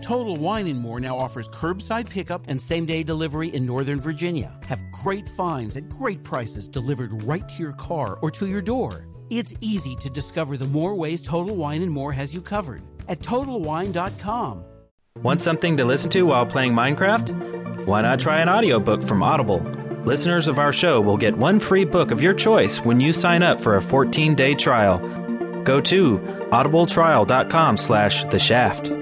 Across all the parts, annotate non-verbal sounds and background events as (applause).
Total Wine and More now offers curbside pickup and same day delivery in Northern Virginia. Have great finds at great prices delivered right to your car or to your door. It's easy to discover the more ways Total Wine and More has you covered at TotalWine.com. Want something to listen to while playing Minecraft? Why not try an audiobook from Audible? Listeners of our show will get one free book of your choice when you sign up for a 14-day trial. Go to audibletrial.com slash the shaft.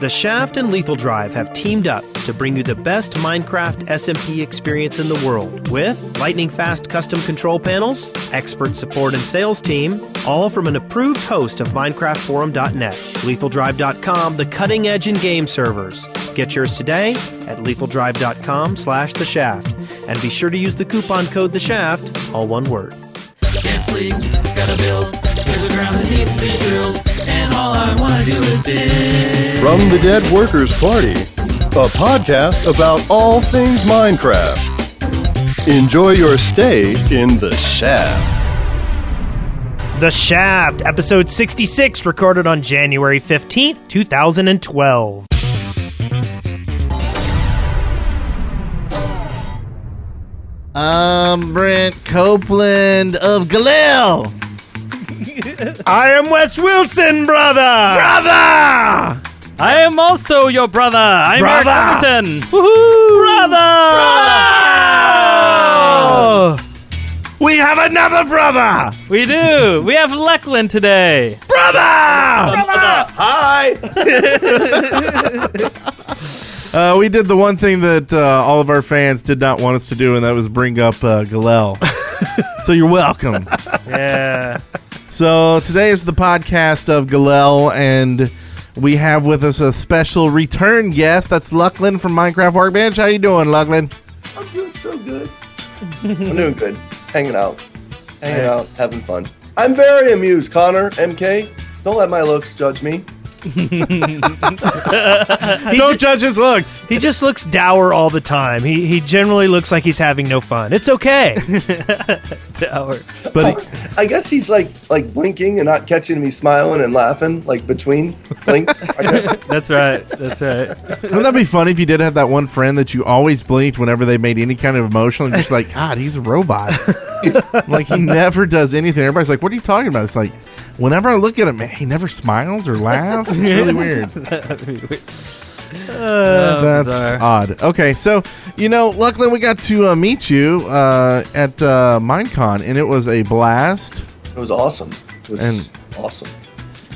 The Shaft and Lethal Drive have teamed up to bring you the best Minecraft SMP experience in the world with lightning fast custom control panels, expert support and sales team, all from an approved host of MinecraftForum.net, LethalDrive.com, the cutting edge in game servers. Get yours today at LethalDrive.com slash The Shaft and be sure to use the coupon code The Shaft, all one word. Can't sleep, gotta build. There's a ground that needs to be drilled, and all I wanna do is dig. From the Dead Workers Party, a podcast about all things Minecraft. Enjoy your stay in the shaft. The Shaft, episode 66, recorded on January 15th, 2012. I'm Brent Copeland of Galil. I am Wes Wilson, brother! Brother! I am also your brother. I'm Brother! Eric Covington. Woohoo! Brother! We have another brother! We do. We have Lachlan today. Brother! Uh, we did the one thing that uh, all of our fans did not want us to do, and that was bring up uh, Galel. so you're welcome. Yeah. So today is the podcast of Galel, and we have with us a special return guest. That's Lucklin from Minecraft Workbench. How you doing, Lucklin? I'm doing so good. I'm doing good. Hanging out. Hanging out, having fun. I'm very amused, Connor, MK. Don't let my looks judge me. (laughs) Don't judge his looks. He just looks dour all the time. He, he generally looks like he's having no fun. It's (laughs) okay. Tower. But I guess he's like like blinking and not catching me smiling and laughing, like between blinks. I guess. That's right. That's right. wouldn't that be funny if you did have that one friend that you always blinked whenever they made any kind of emotional, and you're just like, (laughs) God, he's a robot. like he never does anything. Everybody's like, What are you talking about? It's like, whenever I look at him, man, he never smiles or laughs. It's (laughs) really weird. Uh, That's Uh, bizarre. odd. Okay, so you know, luckily we got to uh, meet you uh, at uh, MineCon, and it was a blast. It was awesome. It was And- awesome.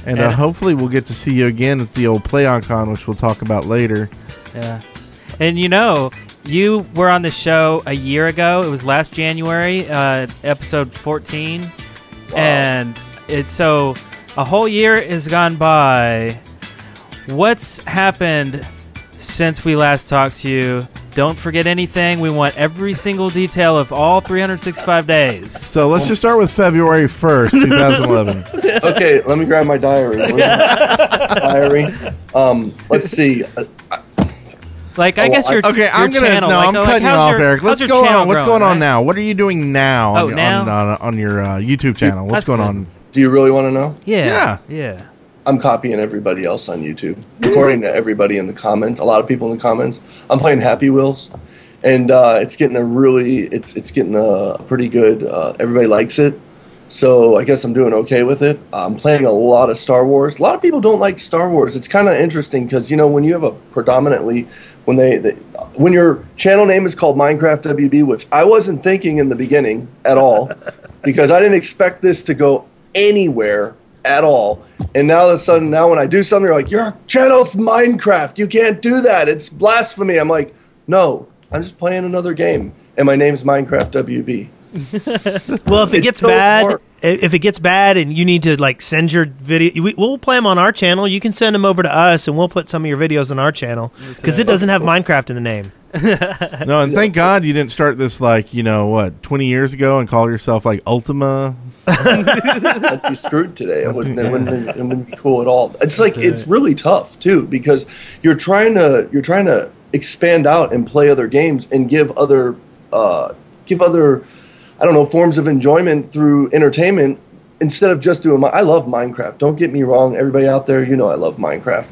And uh, Yeah. hopefully we'll get to see you again at the old PlayOnCon, which we'll talk about later. Yeah. And you know, you were on the show a year ago. It was last January, uh, episode 14. And it so a whole year has gone by. What's happened since we last talked to you? Don't forget anything. We want every single detail of all 365 days. So let's just start with February (laughs) first, two thousand eleven. Okay, let me grab my diary. Where's my diary. Um, let's see. Uh, Like, I Oh, guess I- your Okay, your I'm gonna channel, no, like, I'm like, cutting you how's off, your- Eric. how's Let's your go channel on. What's growing, going on right? now? What are you doing now? Oh, on, your- now? on, on, on your uh, YouTube channel. That's What's going good. on? (laughs) do you really want to know? Yeah, yeah. I'm copying everybody else on YouTube, according to everybody in the comments. A lot of people in the comments. I'm playing Happy Wheels, and uh, it's getting a really it's it's getting a pretty good. Uh, everybody likes it, so I guess I'm doing okay with it. I'm playing a lot of Star Wars. A lot of people don't like Star Wars. It's kind of interesting because you know when you have a predominantly when they, they when your channel name is called Minecraft WB, which I wasn't thinking in the beginning at all, because I didn't expect this to go anywhere at all. And now all of a sudden, now when I do something, they're like, "Your channel's Minecraft. You can't do that. It's blasphemy." I'm like, "No, I'm just playing another game, and my name's Minecraft WB." Well, if it It's gets so bad, hard. if it gets bad, and you need to like send your video, we, we'll play them on our channel. You can send them over to us, and we'll put some of your videos on our channel because it doesn't have Minecraft in the name. No, and thank God you didn't start this like you know what twenty years ago and call yourself like Ultima. I'd be screwed today. It wouldn't, it wouldn't, it wouldn't be cool at all. It's like it's really tough too because you're trying to you're trying to expand out and play other games and give other uh, give other I don't know forms of enjoyment through entertainment instead of just doing. My, I love Minecraft. Don't get me wrong, everybody out there, you know I love Minecraft.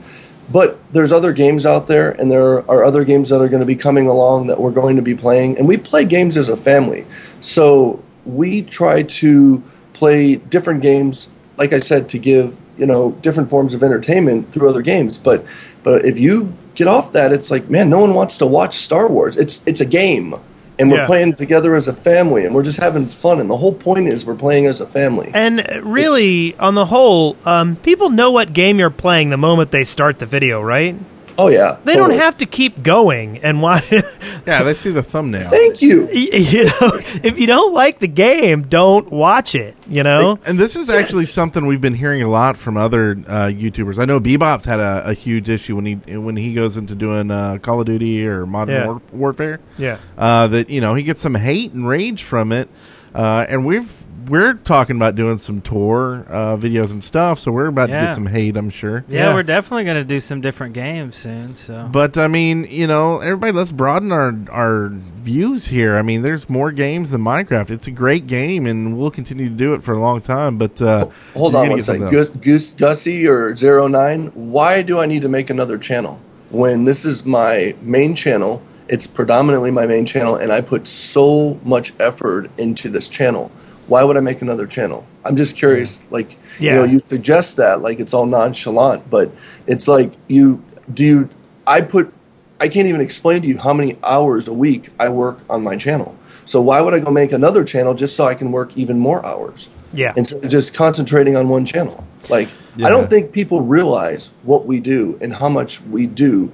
But there's other games out there, and there are other games that are going to be coming along that we're going to be playing. And we play games as a family. So we try to play different games, like I said, to give you know different forms of entertainment through other games. But but if you get off that, it's like man, no one wants to watch Star Wars. It's it's a game, and we're Yeah. playing together as a family, and we're just having fun. And the whole point is we're playing as a family. And uh, really, on the whole, um, people know what game you're playing the moment they start the video, right? oh yeah, They totally. don't have to keep going and (laughs) watch. Yeah, they see the (laughs) thumbnail. Thank you. (laughs) you know, if you don't like the game, don't watch it. You know, And this is actually something we've been hearing a lot from other uh, YouTubers. I know Bebop's had a, a huge issue when he when he goes into doing uh, Call of Duty or Modern Yeah. War- Warfare. yeah. uh, that you know he gets some hate and rage from it, uh, and we've we're talking about doing some tour uh, videos and stuff, so we're about to Yeah. get some hate, I'm sure. Yeah, Yeah. we're definitely going to do some different games soon. So But I mean, you know, everybody, let's broaden our our views here. I mean, there's more games than Minecraft. It's a great game, and we'll continue to do it for a long time. But uh, Hold you're gonna on one get something second. else. Goose, Goose Gussie or 09, why do I need to make another channel when this is my main channel? It's predominantly my main channel, and I put so much effort into this channel. Why would I make another channel? I'm Mm. just curious. Like, Yeah. you know, you suggest that like it's all nonchalant, but it's like you do. You, I put. I can't even explain to you how many hours a week I work on my channel. So why would I go make another channel just so I can work even more hours? Yeah. instead of just concentrating on one channel. Like I Yeah. don't think people realize what we do and how much we do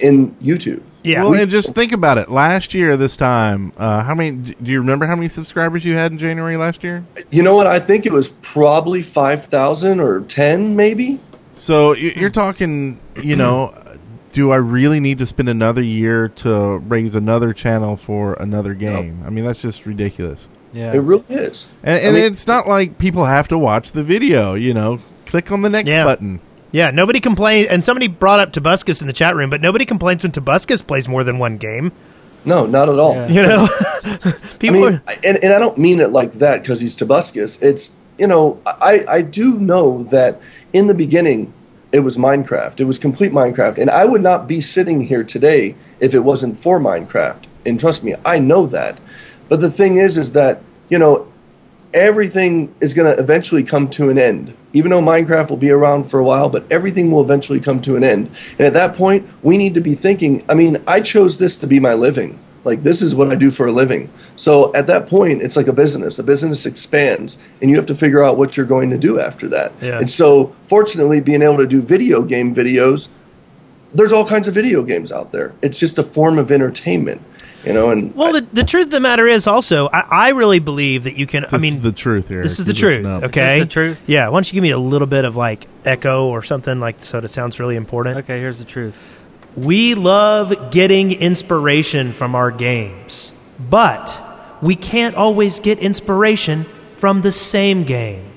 in YouTube. Yeah. Well, and just think about it. Last year, this time, uh, how many? d- Do you remember how many subscribers you had in January last year? You know what? I think it was probably five thousand or ten, maybe. So y- Hmm. you're talking, you know, (clears throat) do I really need to spend another year to raise another channel for another game? I mean, that's just ridiculous. yeah, It really is. And, and mean- it's not like people have to watch the video, you know. Click on the next Yeah. button. yeah. Nobody complains. And somebody brought up Tobuscus in the chat room, but nobody complains when Tobuscus plays more than one game. No, not at all. Yeah. You (laughs) know, (laughs) I people. mean, are, I- and, and I don't mean it like that because he's Tobuscus. It's, you know, I, I do know that in the beginning it was Minecraft. It was complete Minecraft. And I would not be sitting here today if it wasn't for Minecraft. And trust me, I know that. But the thing is, is that, you know, everything is going to eventually come to an end. Even though Minecraft will be around for a while, but everything will eventually come to an end. And at that point, we need to be thinking I mean, I chose this to be my living. Like, this is what I do for a living. So at that point, it's like a business. A business expands, and you have to figure out what you're going to do after that. Yeah. And so, fortunately, being able to do video game videos, there's all kinds of video games out there. It's just a form of entertainment, you know? And well, the, the truth of the matter is also, I, I really believe that you can. This I mean, is the truth here. this is if the you listen truth. up. Okay, Is this the truth? Yeah. Why don't you give me a little bit of like echo or something like so that it sounds really important. Okay, here's the truth. We love getting inspiration from our games, but we can't always get inspiration from the same game.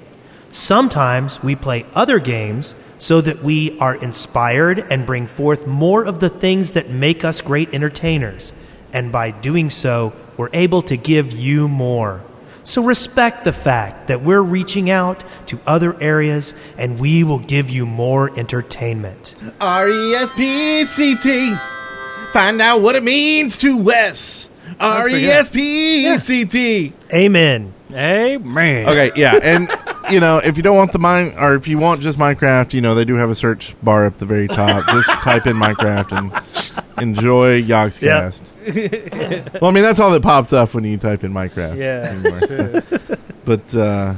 Sometimes we play other games so that we are inspired and bring forth more of the things that make us great entertainers. And by doing so, we're able to give you more. So respect the fact that we're reaching out to other areas and we will give you more entertainment. R E S P C T. Find out what it means to Wes. R E S P C T. Amen. Amen. Okay, yeah, and you know, if you don't want the mine, or if you want just Minecraft, you know, they do have a search bar up the (laughs) very top. just type in Minecraft and enjoy Yogscast. (laughs) well, I mean, that's all that pops up when you type in Minecraft. Yeah. anymore, so- (laughs) but uh,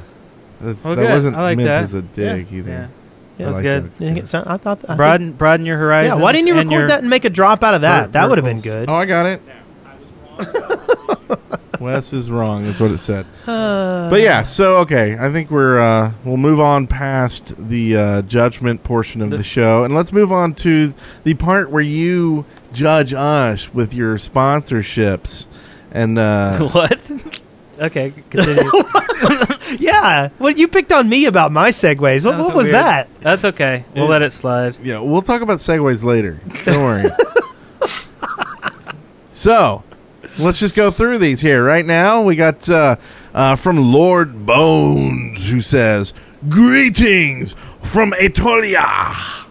that's, Well, that good. wasn't I like meant that. as a dig either. Yeah. I That was like good. Yeah, Yogscast. it's not- I thought. I think- Broaden broaden your horizons. Mm-hmm. yeah, why didn't you and record your- that and make a drop out of that? Ver- that would have been verticals. good. Oh, I got it. (laughs) Wes is wrong. That's what it said. but yeah, so okay, I think we're uh, we'll move on past the uh, judgment portion of the, show, and let's move on to the part where you judge us with your sponsorships. And uh, (laughs) What? okay, (laughs) continue. Yeah, well, you picked on me about my segues. What, what was weird- that? That's okay. We'll let it slide. yeah, we'll talk about segues later. Don't worry. so let's just go through these here right now. We got uh, uh, from Lord Bones who says, "Greetings from Etolia."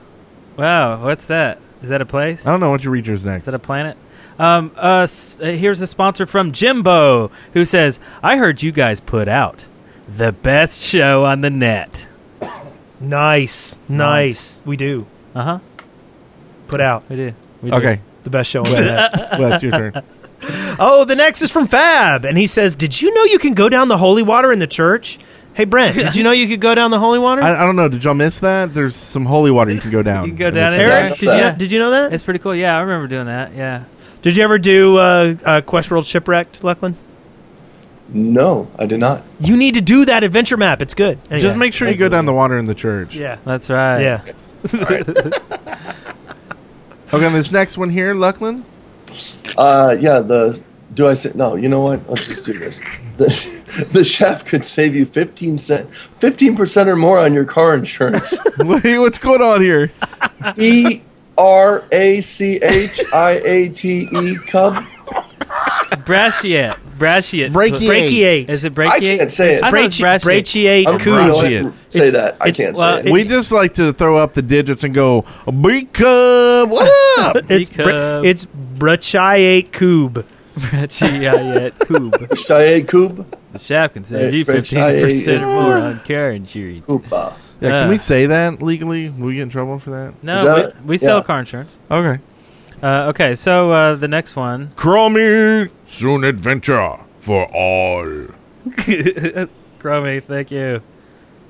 Wow, what's that? Is that a place? I don't know what your reacher's next. Is that a planet? Um, uh, s- uh, here's a sponsor from Jimbo who says, "I heard you guys put out the best show on the net." Nice, nice. We do Uh huh. put out We do. We do. (laughs) okay, the best show on the net. well, it's your turn. Oh, the next is from Fab, and he says, "Did you know you can go down the holy water in the church?" Hey, Brent, did you know you could go down the holy water? I, I don't know. Did y'all miss that? There's some holy water you (laughs) can go down. You can go in the down in church. there. Eric, did you Yeah. did you know that? It's pretty cool. Yeah, I remember doing that. Yeah. Did you ever do uh, uh, Questworld Shipwrecked, Lachlan? No, I did not. You need to do that adventure map. It's good. Anyway. Just make sure you go down the water in the church. yeah, That's right. yeah. Okay, and this next one here, Luckland. Uh, yeah, the do I say no? You know what? Let's just do this. The, (laughs) the chef could save you fifteen cent, fifteen percent or more on your car insurance. (laughs) Wait, What's going on here? E R A C H I A T E Cub. Brashiat. Brashiat. Brachiate. Brachiate. Is it I brachiate? can't say it. I thought it was Brachi- Brachiate I'm Cool. sorry, don't Brachiate. let- Say that. I it's- can't well, say it. it- We just like to throw up the digits and go, B Cub, (laughs) what up? It's bra- Because- it's Brachiate Cube. (laughs) Brachiate. Coob. Shaye Koob. Shap can save you Brachiate. 15% or more on car insurance. Koopa. Yeah, can Uh. we say that legally? Will we get in trouble for that? Is No, that we, it? we sell Yeah. car insurance. Okay. Uh, okay, so uh, the next one. (laughs) Crummy soon adventure for all. Cromie, thank you.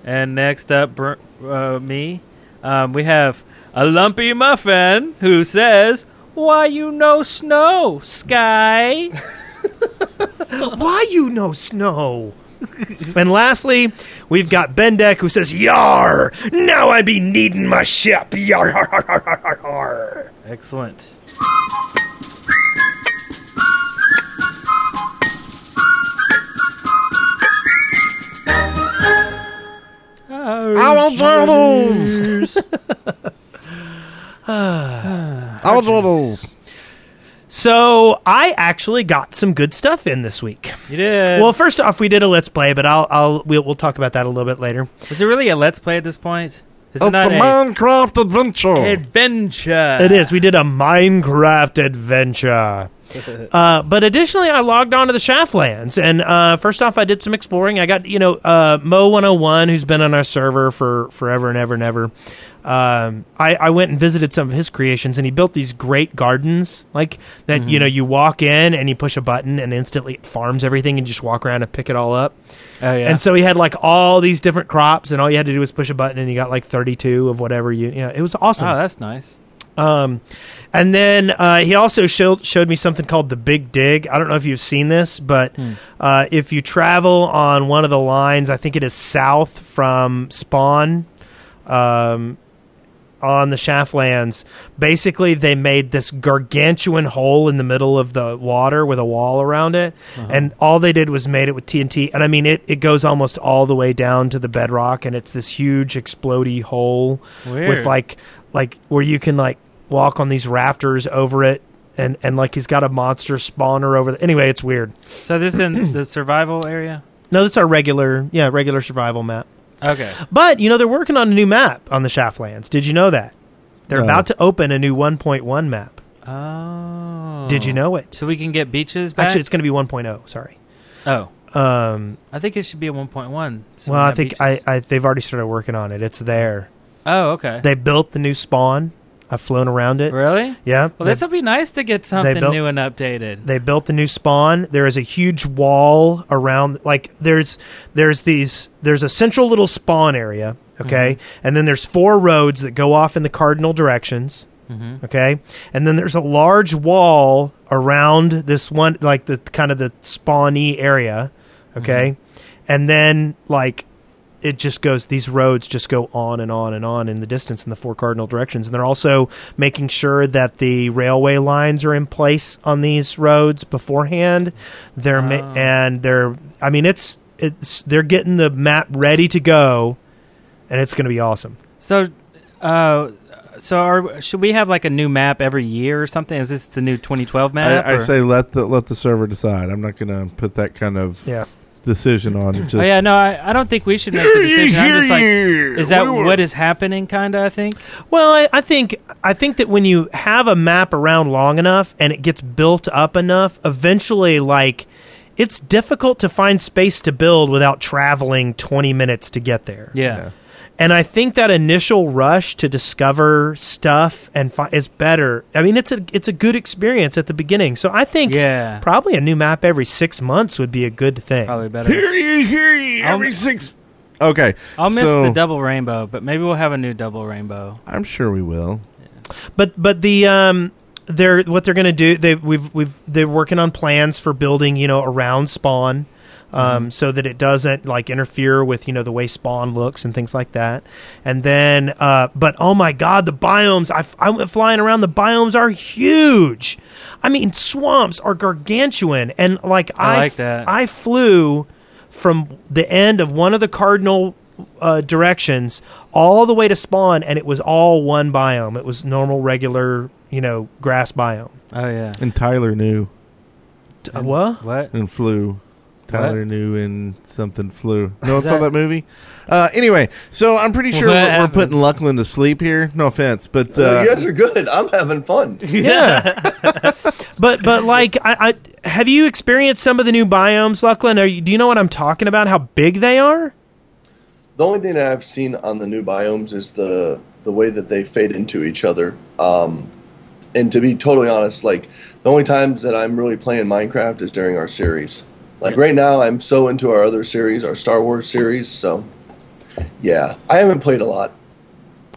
And next up, Br- uh, me. Um, we have a lumpy muffin who says, "Why you no snow, (laughs) sky?" Why you no snow? (laughs) and lastly, we've got Bendek who says, "Yar, now I be needing my ship." (laughs) Yar, yar, yar, yar, yar, yar. Excellent. I want turtles. (sighs) I want turtles. So I actually got some good stuff in this week. You did. Well, first off, we did a let's play, but I'll, I'll we'll, we'll talk about that a little bit later. Is it really a let's play at this point? Is It's oh, a it not a Minecraft adventure. adventure? It is. We did a Minecraft adventure. Uh, but additionally, I logged on to the Shaftlands, and uh, first off, I did some exploring. I got you know uh, Mo one hundred and one, who's been on our server for forever and ever and ever. Um, I, I went and visited some of his creations, and he built these great gardens, like that. You know, you walk in and you push a button, and instantly it farms everything, and you just walk around and pick it all up. Oh yeah. And so he had like all these different crops, and all you had to do was push a button, and you got like thirty two of whatever you. You know, it was awesome. oh, that's nice. Um, and then uh, he also showed showed me something called the Big Dig. I don't know if you've seen this, but uh, if you travel on one of the lines, I think it is south from Spawn, um, on the Shaftlands. Basically, they made this gargantuan hole in the middle of the water with a wall around it, and all they did was made it with TNT. And I mean, it it goes almost all the way down to the bedrock, and it's this huge explodey hole Weird. with like like where you can like walk on these rafters over it and and like he's got a monster spawner over the, anyway it's weird So this (clears throat) in the survival area. no that's our regular yeah regular survival map Okay. but you know they're working on a new map on the shaftlands did you know that they're No. about to open a new 1.1 map Oh. did you know it So we can get beaches back. actually it's going to be 1.0 sorry oh, um I think it should be a 1.1. so well we i have think beaches. I, I they've already started working on it it's there Oh, okay. they built the new spawn i've flown around it really? yeah Well, this will be nice to get something built- new and updated. they built the new spawn there is a huge wall around like there's there's these there's a central little spawn area okay and then there's four roads that go off in the cardinal directions okay and then there's a large wall around this one like the kind of the spawny area okay and then like it just goes these roads just go on and on and on in the distance in the four cardinal directions and they're also making sure that the railway lines are in place on these roads beforehand they're ma- and they're i mean it's it's they're getting the map ready to go and it's going to be awesome So, uh, so are, should we have like a new map every year or something? Is this the new 2012 map? I, I or- say let the let the server decide. I'm not gonna put that kind of yeah decision on. It's Just, Oh yeah, no, I, I don't think we should make (laughs) the decision. I'm just like, is that what is happening? Kind of, I think. Well, I, I think I think that when you have a map around long enough and it gets built up enough, eventually, like it's difficult to find space to build without traveling twenty minutes to get there. Yeah, And I think that initial rush to discover stuff and fi- is better. I mean, it's a it's a good experience at the beginning. So I think yeah, probably a new map every six months would be a good thing. probably better. Hear ye, hear ye, I'll- every six. Okay, I'll miss so- the double rainbow, but maybe we'll have a new double rainbow. I'm sure we will. But but the um they're what they're gonna do they we've we've they're working on plans for building you know around spawn. Um, Mm-hmm. so that it doesn't like interfere with you know the way spawn looks and things like that, and then uh, but oh my god the biomes I, I went flying around the biomes are huge, I mean swamps are gargantuan and like I I like f- that. I flew from the end of one of the cardinal uh, directions all the way to spawn, and it was all one biome. It was normal, regular, you know, grass biome. Oh yeah, And Tyler knew T- uh, what? (laughs) what? and flew. Tyler knew and something flew. No one saw that movie. Uh, anyway, so I'm pretty sure What we're, we're happened? putting Luckland to sleep here. No offense, but uh, you guys are good. I'm having fun. (laughs) Yeah. but but like I, I have you experienced some of the new biomes, Luckland? Are you, do you know what I'm talking about? How big they are? The only thing that I've seen on the new biomes is the the way that they fade into each other. Um, and to be totally honest, like the only times that I'm really playing Minecraft is during our series. Like right now, I'm so into our other series, our Star Wars series. So, yeah, I haven't played a lot.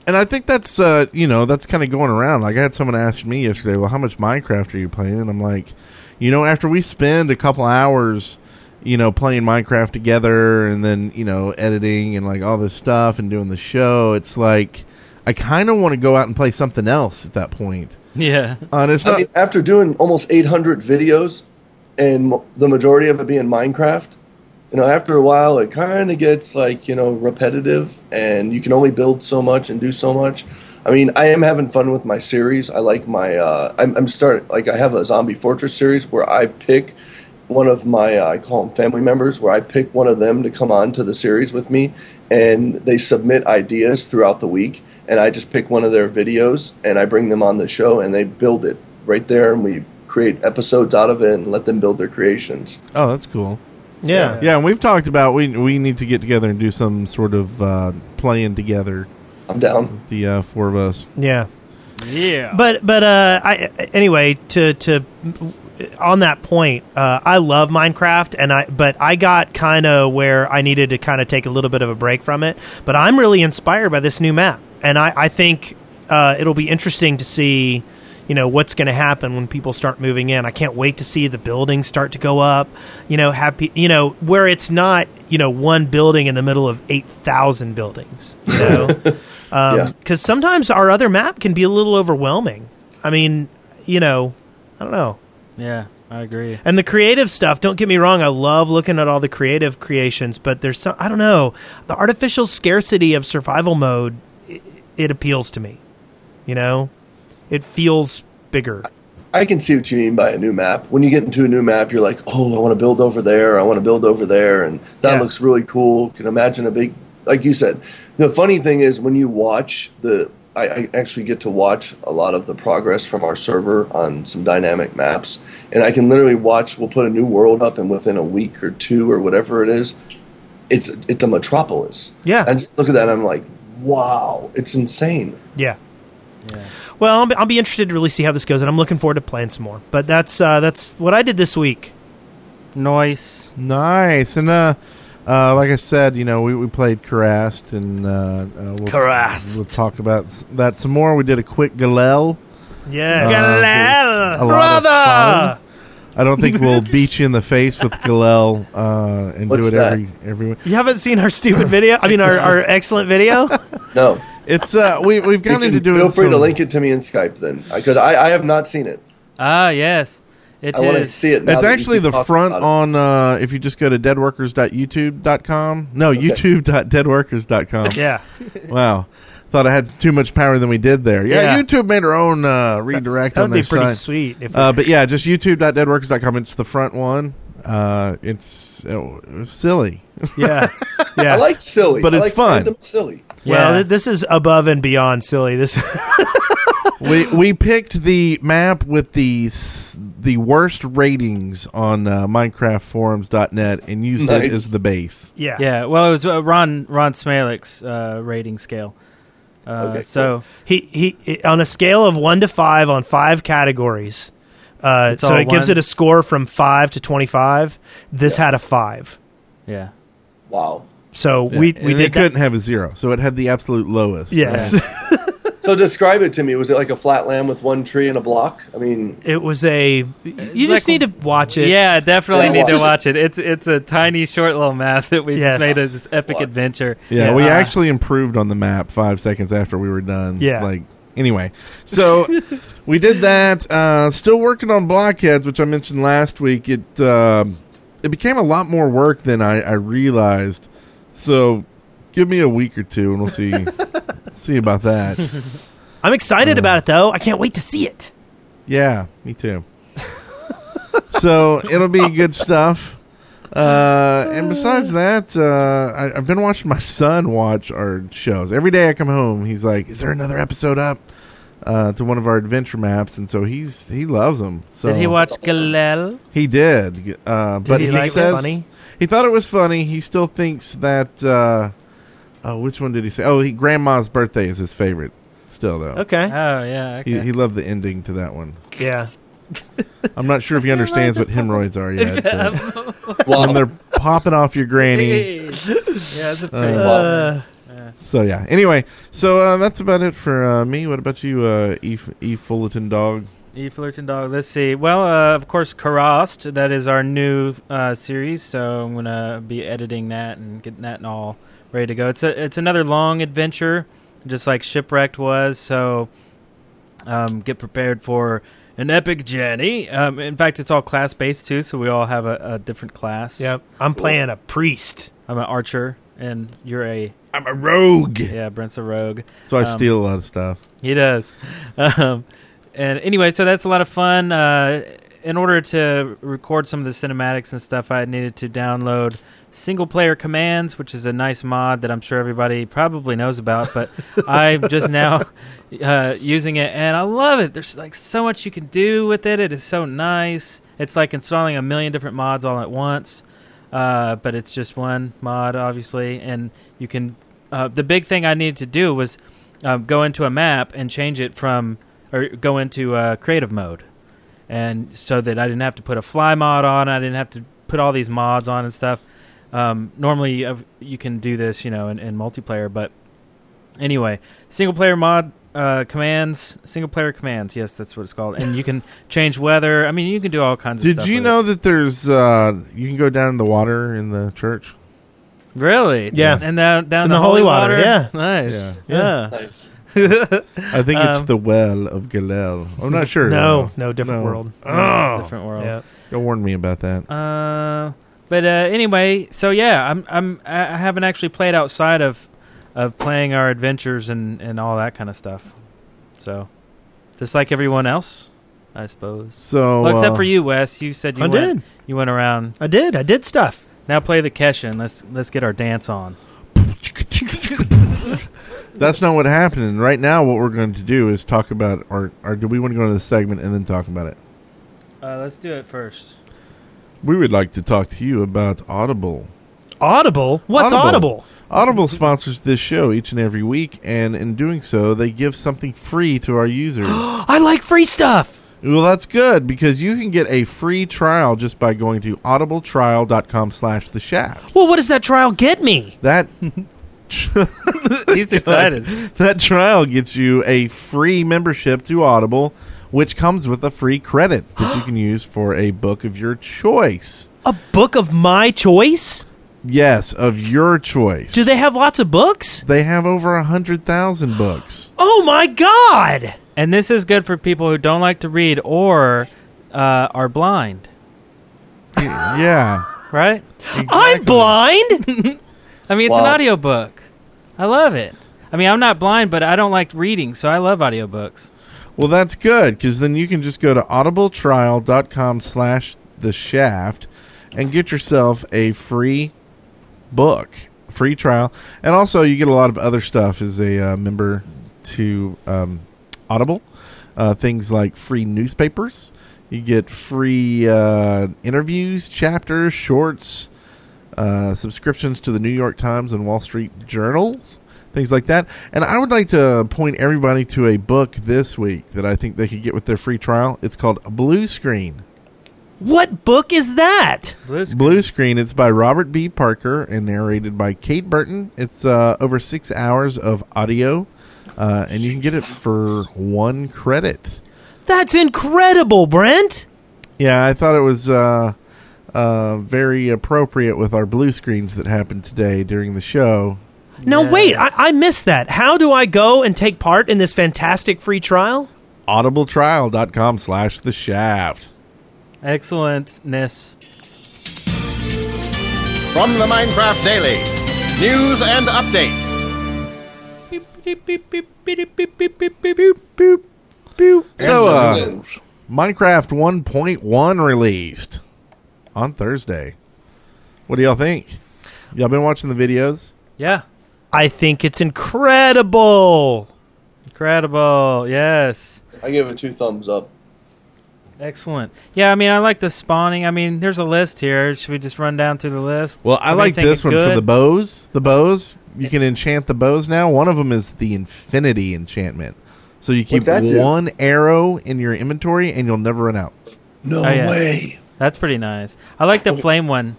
and I think that's uh, you know that's kind of going around. Like I had someone ask me yesterday, well, how much Minecraft are you playing? And I'm like, you know, after we spend a couple hours, you know, playing Minecraft together, and then you know, editing and like all this stuff and doing the show, it's like I kind of want to go out and play something else at that point. Yeah, Uh, and it's I not. mean, after doing almost 800 videos, and mo- the majority of it being Minecraft, you know, after a while, it kind of gets like you know repetitive, and you can only build so much and do so much. I mean, I am having fun with my series. I like my. Uh, I'm, I'm starting like I have a Zombie Fortress series where I pick one of my uh, I call them family members where I pick one of them to come on to the series with me, and they submit ideas throughout the week, and I just pick one of their videos and I bring them on the show and they build it right there, and we create episodes out of it and let them build their creations. oh, that's cool. Yeah. Yeah, and we've talked about we we need to get together and do some sort of uh, playing together. I'm down. The uh, four of us. Yeah. yeah. But but uh, I anyway to to on that point, uh, I love Minecraft, and I but I got kind of where I needed to kind of take a little bit of a break from it. But I'm really inspired by this new map, and I I think uh, it'll be interesting to see. You know what's going to happen when people start moving in. I can't wait to see the buildings start to go up. You know, happy. You know, where it's not you know one building in the middle of eight thousand buildings. You know, Yeah. because Um, sometimes our other map can be a little overwhelming. I mean, you know, I don't know. yeah, I agree. And the creative stuff, don't get me wrong, I love looking at all the creative creations, but there's some, I don't know, the artificial scarcity of survival mode, it, it appeals to me. You know, it feels bigger. I can see what you mean by a new map. When you get into a new map, you're like, oh, I want to build over there. I want to build over there, and that Yeah. looks really cool. Can imagine a big, like you said. The funny thing is when you watch the, I, I actually get to watch a lot of the progress from our server on some dynamic maps, and I can literally watch. We'll put a new world up, and within a week or two or whatever it is, it's it's a metropolis. Yeah. and just look at that. And I'm like, wow, it's insane. Yeah. Well, I'll be, I'll be interested to really see how this goes, and I'm looking forward to playing some more. But that's uh, that's what I did this week. Noise. Nice. And uh, uh, like I said, you know, we, we played Karast, and uh, uh, we'll, Karast. We'll talk about s- that some more. We did a quick Galel. Uh, Yes. Uh, Galel. brother. I don't think we'll beat you in the face with Galel uh, and do What's it that? every every week. You haven't seen our stupid video? I mean, our, our excellent video? No. It's uh, we we've You gotten into can doing. feel free some- to link it to me in Skype then, because I, I have not seen it. Ah, yes, it I want to is. see it. Now It's that you actually the keep talking front about on uh, if you just go to deadworkers.youtube.com. No, youtube.deadworkers.com. yeah. Wow. Thought I had too much power than we did there. Yeah, Yeah. YouTube made her own uh, redirect That on would be their pretty site. sweet. If Uh, but yeah, just youtube.deadworkers.com. It's the front one. Uh, it's uh, silly. Yeah, yeah. I (laughs) like silly, But I it's like fun. random Silly. Well, Yeah. th- this is above and beyond silly. This (laughs) we we picked the map with the s- the worst ratings on uh, MinecraftForums.net and used Nice. it as the base. yeah. Yeah, well, it was uh, Ron Ron Smalik's uh, rating scale. Uh, Okay, so He he it- on a scale of 1 to 5 on 5 categories. Uh, so all it gives one. it a score from 5 to 25. This had a 5. yeah, Wow. So we And we did it that. couldn't have a zero, so it had the absolute lowest. Yes. So describe it to me. Was it like a flat land with one tree and a block? I mean, (laughs) it was a you just like- need to watch it. yeah, definitely Yeah, need to just- watch it. It's it's a tiny, short little map that we Yes. just made a, this epic Watch. adventure. Ah, Yeah, we Yeah. uh, actually improved on the map five seconds after we were done. Yeah. Like anyway, (laughs) so we did that. Uh, still working on blockheads, which I mentioned last week. It um it became a lot more work than I, I realized. So give me a week or two, and we'll see (laughs) see about that. I'm excited about it though. I can't wait to see it. Yeah, me too. so it'll be good stuff. Uh, and besides that, uh, I, I've been watching my son watch our shows. Every day I come home, he's like, "Is there another episode up?" Uh, to one of our adventure maps, and so he's he loves them. So Did he watch That's awesome. Galil? He did, uh, but he he, like it says funny? he thought it was funny. He still thinks that. Uh, oh, which one did he say? Oh, he, Grandma's birthday is his favorite. Still though, Oh Okay. yeah, okay. he, he loved the ending to that one. Yeah. I'm not sure if he understands what hemorrhoids are (laughs) yet. but wow. when they're popping off (laughs) your granny. (laughs) yeah, it's a pretty. Wow. Uh, So yeah. Anyway, so uh, that's about it for uh, me. What about you, uh, E. F- e Fullerton dog? E Fullerton Dog. Let's see. Well, uh, of course, Karast. That is our new uh, series, so I'm gonna be editing that and getting that and all ready to go. It's a it's another long adventure, just like Shipwrecked was. So um, get prepared for an epic journey. Um, in fact, it's all class based too, so we all have a, a different class. yeah. I'm playing a priest. I'm an archer, and you're a I'm a rogue. yeah, Brent's a rogue. So I Um, steal a lot of stuff. He does. Um, and anyway, so that's a lot of fun. Uh, in order to record some of the cinematics and stuff, I needed to download single player commands, which is a nice mod that I'm sure everybody probably knows about, but I'm just now uh, using it and I love it. There's like so much you can do with it. It is so nice. It's like installing a million different mods all at once, uh, but it's just one mod, obviously. And you can. Uh, the big thing I needed to do was um, go into a map and change it from, or go into uh, creative mode, and so that I didn't have to put a fly mod on. I didn't have to put all these mods on and stuff. Um, normally, uh, you can do this, you know, in, in multiplayer, but anyway, single player mod uh, commands, single player commands. Yes, that's what it's called, and you can (laughs) change weather. I mean, you can do all kinds of Did stuff. you with know that there's uh, you can go down in the water in the church? it. Really? Yeah. And down down In the, the holy water, yeah. Nice. Yeah. nice. yeah. I think it's Um, the well of Galil. I'm not sure. No, no different No. world. Oh. Different world. Yeah. Y'all warned me about that. Uh, but uh, anyway, so yeah, I'm I'm I I haven't actually played outside of of playing our adventures and and all that kind of stuff. So, just like everyone else, I suppose. So well, except uh, for you, Wes. You said you I went did. you went around. I did. I did stuff. Now play the Keshin. Let's let's get our dance on. That's not what happened. And right now, what we're going to do is talk about, or, or do we want to go into the segment and then talk about it? Uh, let's do it first. We would like to talk to you about Audible. Audible. What's Audible. Audible? Audible Mm-hmm. sponsors this show each and every week, and in doing so, they give something free to (gasps) our users. I like free stuff. well, that's good because you can get a free trial just by going to audibletrial.com slash the shaft. Well, what does that trial get me? (laughs) That He's excited. that trial gets you a free membership to Audible, which comes with a free credit (gasps) that you can use for a book of your choice. A book of my choice? Yes, of your choice. Do they have lots of books? They have over a hundred thousand books. (gasps) Oh my god! and this is good for people who don't like to read or uh, are blind, Yeah. right? I'm (laughs) blind. I mean, it's an Wow. audiobook. I love it. I mean, I'm not blind, but I don't like reading, so I love audiobooks. Well, that's good because then you can just go to audibletrial.com slash the shaft and get yourself a free book, free trial, and also you get a lot of other stuff as a uh, member to um, Audible. Uh, things like free newspapers, you get free uh, interviews, chapters, shorts, uh, subscriptions to the New York Times and Wall Street Journal, things like that. And I would like to point everybody to a book this week that I think they could get with their free trial. It's called Blue Screen. What book is that? Blue screen. Blue Screen. It's by Robert B. Parker and narrated by Kate Burton. It's uh, over six hours of audio, uh, and you can get it for one credit. That's incredible, Brent. Yeah, I thought it was uh, uh, very appropriate with our blue screens that happened today during the show. No, Yes. wait, I, I missed that. How do I go and take part in this fantastic free trial? audibletrial.com slash the shaft Excellentness. From the Minecraft Daily, news and updates. so Those uh, names. minecraft 1.1 released on thursday what do y'all think y'all been watching the videos Yeah. I think it's incredible. Incredible. Yes. I give it two thumbs up. Excellent. Yeah, I mean, I like the spawning. I mean, there's a list here. Should we just run down through the list? well i like Everything this is one for good? the bows the bows you can enchant the bows now one of them is the infinity enchantment so you keep What'd that do? one arrow in your inventory and you'll never run out No Oh, yeah. way. That's pretty nice. I like the flame one.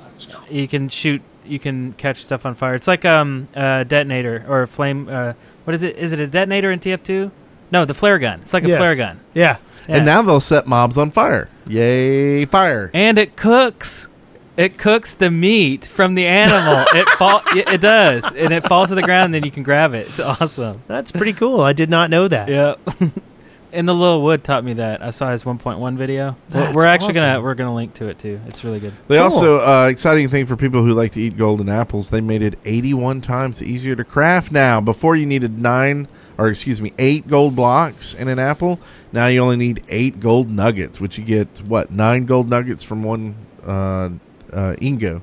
Let's go. You can shoot. You can catch stuff on fire. It's like um uh, detonator or a flame. Uh, what is it? Is it a detonator in TF2? No, the flare gun. It's like a Yes. flare gun. Yeah. Yeah. and now they'll set mobs on fire yay fire and it cooks. It cooks the meat from the (laughs) animal. it fall. It, it does, and it falls to the ground. and Then you can grab it. It's awesome. That's pretty cool. I did not know that. Yeah. (laughs) and the little wood taught me that. I saw his 1.1 video. We're- That's we're actually gonna awesome. we're gonna link to it too. It's really good. They Cool. also uh, exciting thing for people who like to eat golden apples. They made it 81 times easier to craft now. Before you needed nine, or excuse me, eight gold blocks in an apple. Now you only need eight gold nuggets, which you get what nine gold nuggets from one uh, uh, ingo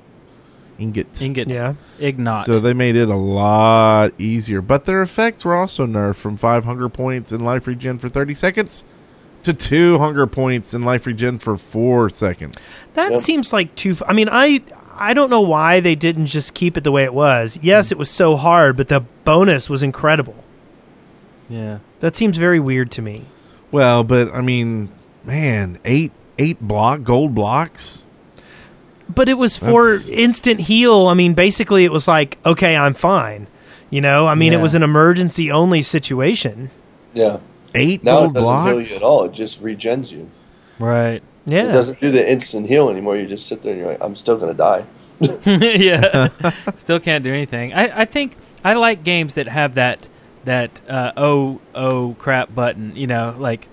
ingot. Ingots. Yeah. Ignot. So they made it a lot easier, but their effects were also nerfed from five hunger points and life regen for 30 seconds to two hunger points and life regen for four seconds. That Yep. seems like too. F- I mean, I I don't know why they didn't just keep it the way it was. Yes, it was so hard, but the bonus was incredible. yeah. That seems very weird to me. Well, but I mean, man, eight eight block gold blocks. But it was for That's- instant heal. I mean, basically, it was like, okay, I'm fine. You know, I mean, it Yeah. was an emergency only situation. Yeah. Eight Now gold it doesn't heal you blocks. at all. It just regens you. Right. It Yeah. doesn't do the instant heal anymore. You just sit there and you're like, I'm still gonna die. (laughs) yeah. Still can't do anything. I, I think I like games that have that that uh, oh oh crap button. You know, like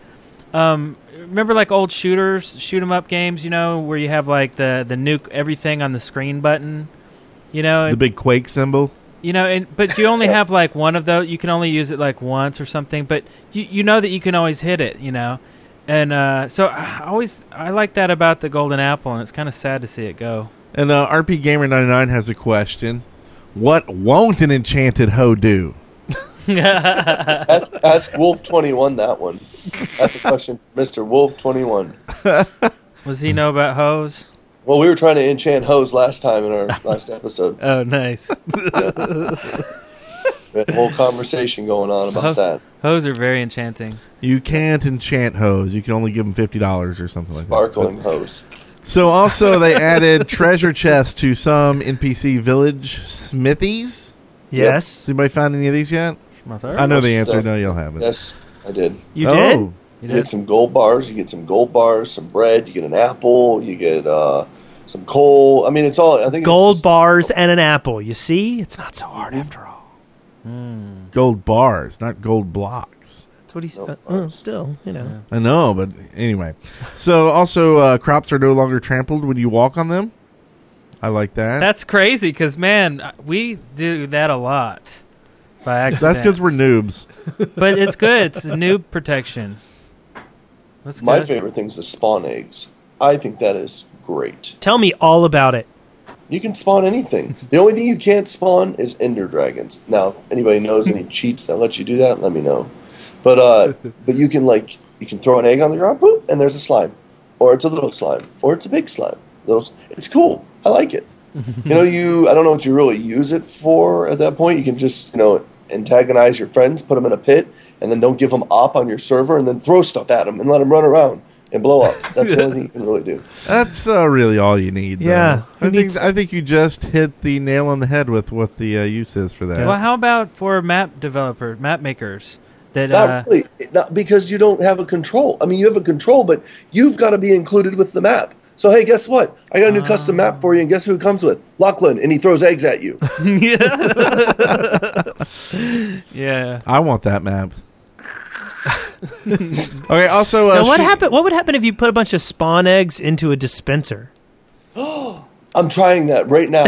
um, remember like old shooters, shoot 'em up games. You know, where you have like the the nuke everything on the screen button. You know, The big quake symbol. You know, and but you (laughs) only have like one of those. You can only use it like once or something. But you you know that you can always hit it. You know, and uh, so I always I like that about the golden apple, and it's kind of sad to see it go. (laughs) And uh, RP Gamer 99 has a question. What won't an enchanted hoe do? Ask, ask Wolf twenty one that one. That's a question, Mister Wolf twenty one. Does he know about hoes? Well, we were trying to enchant hose last time (laughs) in our last episode. Oh, nice. We had a whole conversation going on Uh-huh. about that. (laughs) hoes are very enchanting. You can't enchant hoes. You can only give them fifty dollars or something like that. Sparkling hose. So (laughs) also they added treasure chests to some NPC village smithies. yes. Has anybody found any of these yet? I know the answer. No, you'll have it. Yes, I did. You did? oh, You You did? get some gold bars. You get some gold bars, some bread. You get an apple. You get uh, some coal. I mean, it's all. I think it's Gold just- bars and an apple. You see? It's not so Mm-hmm. hard after all. gold bars, not gold blocks. That's what he's Gold uh, uh, bars. still, you know. I know, but anyway. So also, uh, crops are no longer trampled when you walk on them. I like that. That's crazy because man, we do that a lot by accident. that's because we're noobs. (laughs) But it's good. It's noob protection. That's My good. favorite thing's the spawn eggs. I think that is great. Tell me all about it. You can spawn anything. The only thing you can't spawn is ender dragons. Now, if anybody knows any cheats that let you do that, let me know. But uh, but you can like you can throw an egg on the ground, boop, and there's a slime, or it's a little slime, or it's a big slime. Little, s- it's cool. I like it. you know, you I don't know what you really use it for at that point. You can just you know antagonize your friends, put them in a pit, and then don't give them op on your server, and then throw stuff at them and let them run around and blow up. That's the only thing you can really do. That's uh, really all you need. though. Yeah. Who I think needs- I think you just hit the nail on the head with what the uh, use is for that. Well, how about for map developers, map makers that Not uh, (laughs) really, not because you don't have a control. I mean, you have a control, but you've got to be included with the map. So hey, guess what? I got a new custom map for you, and guess who it comes with? Lachlan, and he throws eggs at (laughs) you. (laughs) yeah. I want that map. (laughs) okay. Also, Oh, uh, now, what she- happen? What would happen if you put a bunch of spawn eggs into a dispenser? I'm trying that (laughs) right now.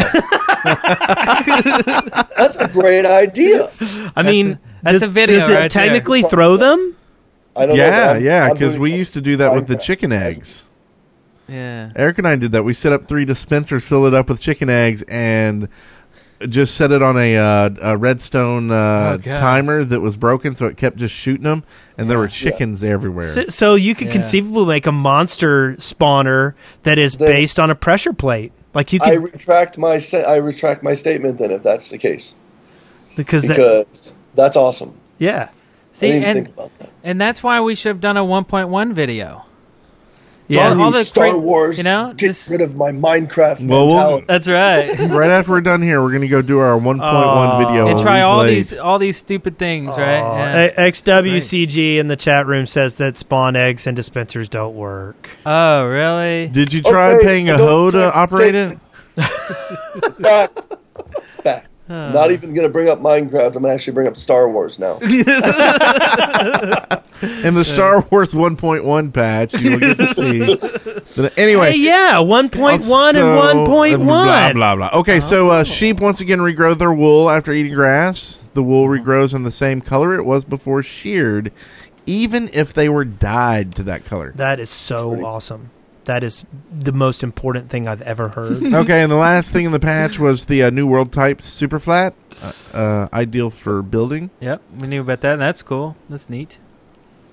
(laughs) That's a great idea. I mean, that's does, a video does it right there. technically throw them? I don't know, Yeah, but I'm- yeah. I'm Because doing we it. used to do that with the Minecraft. chicken eggs. Yeah. Eric and I did that. We set up three dispensers, fill it up with chicken eggs, and just set it on a, uh, a redstone uh, Oh, God. timer that was broken, so it kept just shooting them, and there were chickens everywhere. So, so you could Yeah. conceivably make a monster spawner that is They- based on a pressure plate. Like you I could retract my sa- I retract my statement then if that's the case because that, because that's awesome. yeah. I See, didn't even and think about that. and that's why we should have done a 1.1 video. Yeah. Darn you, all the Star great- Wars, you know, get just- rid of my Minecraft Well, we'll- mentality. That's right. right after we're done here, we're gonna go do our 1.1 video Oh. and try all replay. these all these stupid things, right? Yeah. A- XWCG in the chat room says that spawn eggs and dispensers don't work. oh, really? Did you try Okay, paying a adult hoe to chicken operate steak. it? back. back. Not even going to bring up Minecraft. I'm going to actually bring up Star (laughs) Wars now. In the Star Wars 1.1 patch, you will get to see. (laughs) But anyway, Hey, yeah, one point one and Also- one point Blah one. Oh. blah blah. Okay, so uh, sheep once again regrow their wool after eating grass. The Oh. wool regrows in the same color it was before sheared, even if they were dyed to that color. That is so awesome. That is the most important thing I've ever heard. (laughs) okay, and the last thing in the patch was the uh, new world type super flat, uh, uh, ideal for building. Yep, we knew about that. And that's cool. That's neat.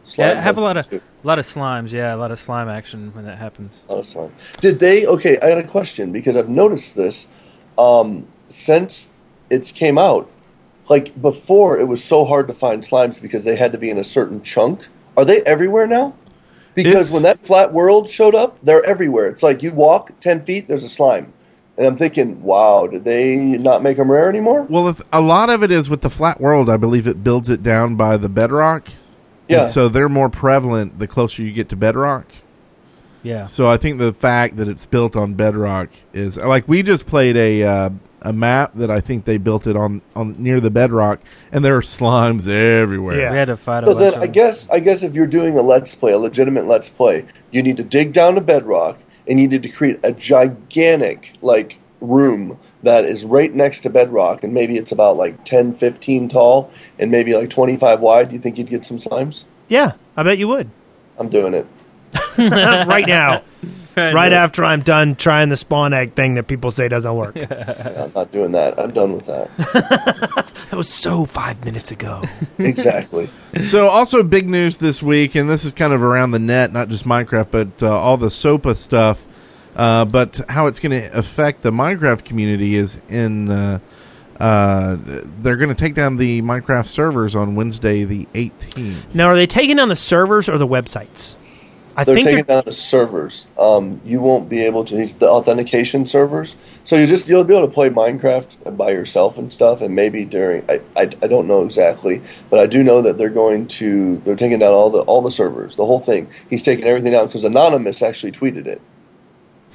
Slime yeah, have a lot of too. a lot of slimes. Yeah, a lot of slime action when that happens. A lot of slime. Did they? Okay, I got a question because I've noticed this um, since it's came out. Like before, it was so hard to find slimes because they had to be in a certain chunk. Are they everywhere now? Because It's- when that flat world showed up, they're everywhere. It's like you walk ten feet, there's a slime, and I'm thinking, wow, did they not make them rare anymore? Well, if, a lot of it is with the flat world. I believe it builds it down by the bedrock. Yeah. And so they're more prevalent the closer you get to bedrock. Yeah. So I think the fact that it's built on bedrock is like we just played a uh, a map that I think they built it on on near the bedrock, and there are slimes everywhere. Yeah. We had to fight a So bunch then, of I them. guess, I guess if you're doing a let's play, a legitimate let's play, you need to dig down to bedrock and you need to create a gigantic like room that is right next to bedrock, and maybe it's about like 10, 15 tall, and maybe like 25 wide. You think you'd get some slimes? yeah, I bet you would. I'm doing it. right (laughs) now, Right right after I'm done trying the spawn egg thing that people say doesn't work. I'm not doing that. I'm done with that. That was so five minutes ago. (laughs) exactly. (laughs) So also big news this week, and this is kind of around the net, not just Minecraft, but uh, all the SOPA stuff. Uh, but how it's going to affect the Minecraft community is in uh, uh, they're going to take down the Minecraft servers on Wednesday the 18th. now, are they taking down the servers or the websites? I They're think taking they're, down the servers. Um, you won't be able to these the authentication servers. So you just you'll be able to play Minecraft by yourself and stuff, and maybe during I, I, I don't know exactly, but I do know that they're going to they're taking down all the all the servers, the whole thing. He's taking everything down because Anonymous actually tweeted it,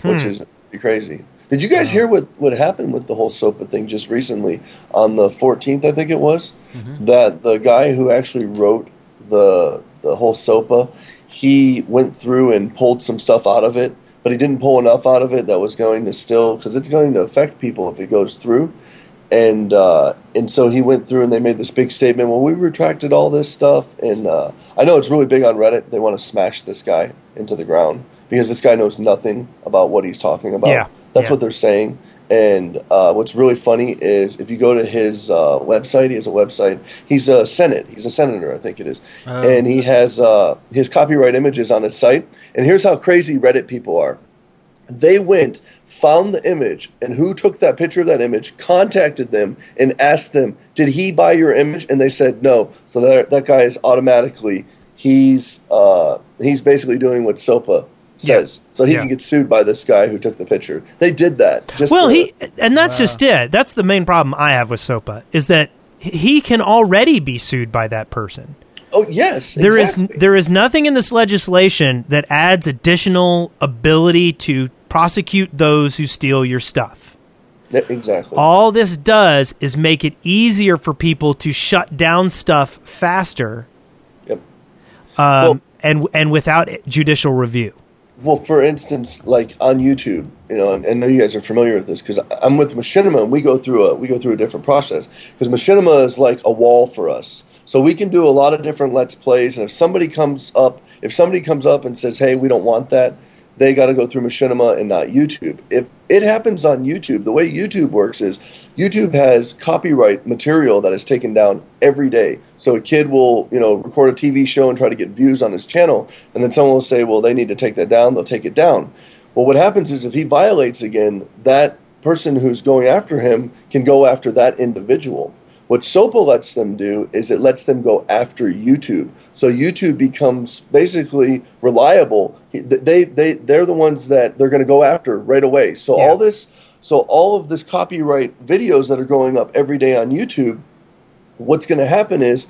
which is pretty crazy. Did you guys hear what, what happened with the whole SOPA thing just recently on the 14th? I think it was that the guy who actually wrote the the whole SOPA, he went through and pulled some stuff out of it, but he didn't pull enough out of it that was going to still because it's going to affect people if it goes through. and uh, and so he went through and they made this big statement. Well, we retracted all this stuff, and uh, I know it's really big on Reddit. They want to smash this guy into the ground because this guy knows nothing about what he's talking about. Yeah. that's Yeah. what they're saying. And uh, what's really funny is if you go to his uh, website, he has a website. He's a senate. He's a senator, I think it is, Oh. and he has uh, his copyright images on his site. And here's how crazy Reddit people are they went found the image and who took that picture of that image contacted them and asked them did he buy your image and they said no so that, that guy is automatically he's uh, he's basically doing what sopa says so he Yeah. can get sued by this guy who took the picture they did that just Well, to- he and that's just it. That's the main problem I have with SOPA is that he can already be sued by that person. oh yes There is exactly. there is nothing in this legislation that adds additional ability to prosecute those who steal your stuff. Yeah, exactly All this does is make it easier for people to shut down stuff faster yep. um, Well- and and without judicial review. Well, for instance, like on YouTube, you know, and I know you guys are familiar with this because I'm with Machinima, and we go through a we go through a different process because Machinima is like a wall for us. So we can do a lot of different Let's Plays, and if somebody comes up, if somebody comes up and says, "Hey, we don't want that," they got to go through Machinima and not YouTube. If it happens on YouTube, the way YouTube works is YouTube has copyright material that is taken down every day. So a kid will, you know, record a TV show and try to get views on his channel, and then someone will say, "Well, they need to take that down." They'll take it down. Well, what happens is if he violates again, that person who's going after him can go after that individual. What SOPA lets them do is it lets them go after YouTube. So YouTube becomes basically reliable. He- They, they, they're the ones that they're going to go after right away. So all this, so all of this copyright videos that are going up every day on YouTube, what's going to happen is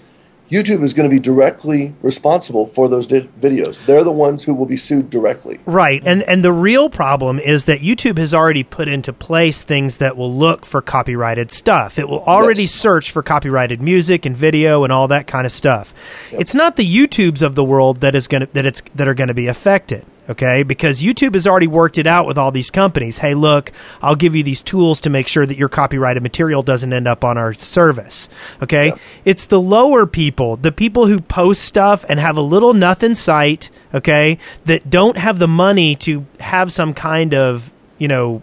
YouTube is going to be directly responsible for those di- videos. They're the ones who will be sued directly. Right. And and the real problem is that YouTube has already put into place things that will look for copyrighted stuff. It will already Yes. search for copyrighted music and video and all that kind of stuff. It's not the YouTubes of the world that is going to that it's that are going to be affected. Okay, because YouTube has already worked it out with all these companies. Hey, look, I'll give you these tools to make sure that your copyrighted material doesn't end up on our service. Okay, it's the lower people, the people who post stuff and have a little nothing site. Okay, that don't have the money to have some kind of you know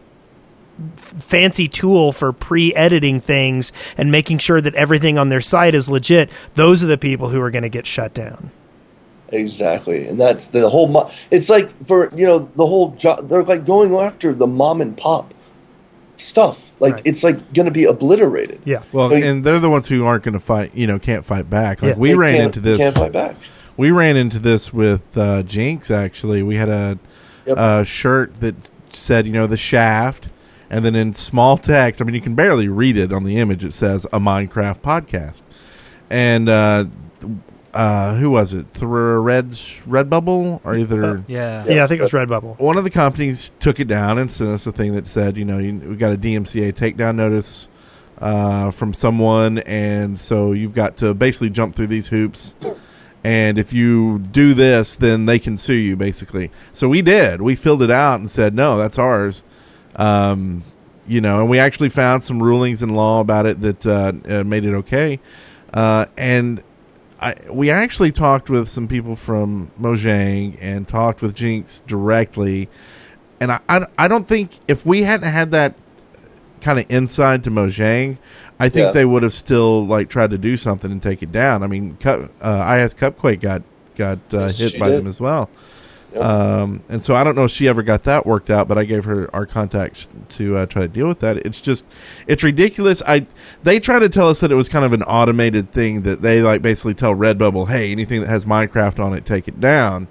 fancy tool for pre-editing things and making sure that everything on their site is legit those are the people who are going to get shut down Exactly, and that's the whole. Mo- it's like for you know the whole. Jo- they're like going after the mom and pop stuff. Like Right. it's like going to be obliterated. yeah Well, Like- and they're the ones who aren't going to fight. You know, can't fight back. Like Yeah. we They ran can't- into they this. Can't fight back. We ran into this with uh, Jinx. Actually, we had a, Yep. a shirt that said, you know, the Shaft, and then in small text. I mean, you can barely read it on the image. It says a Minecraft podcast, and uh, uh, who was it? Through Red Redbubble or either. Yeah. yeah i think it was redbubble one of the companies took it down and sent us a thing that said, you know, you, we got a DMCA takedown notice uh, from someone, and so you've got to basically jump through these hoops. And if you do this, then they can sue you, basically. So we did. We filled it out and said, no, that's ours. Um, you know, and we actually found some rulings in law about it that uh, uh, made it okay. Uh, and I, we actually talked with some people from Mojang and talked with Jinx directly. And I, I, I don't think if we hadn't had that kind of inside to Mojang, I think Yeah. they would have still like tried to do something and take it down. I mean, Cup, uh, IS Cupquake got got uh, Yes, hit she by did. them as well. Um, and so I don't know if she ever got that worked out, but I gave her our contacts to uh, try to deal with that. It's just, it's ridiculous. I they try to tell us that it was kind of an automated thing that they like basically tell Redbubble, hey, anything that has Minecraft on it, take it down.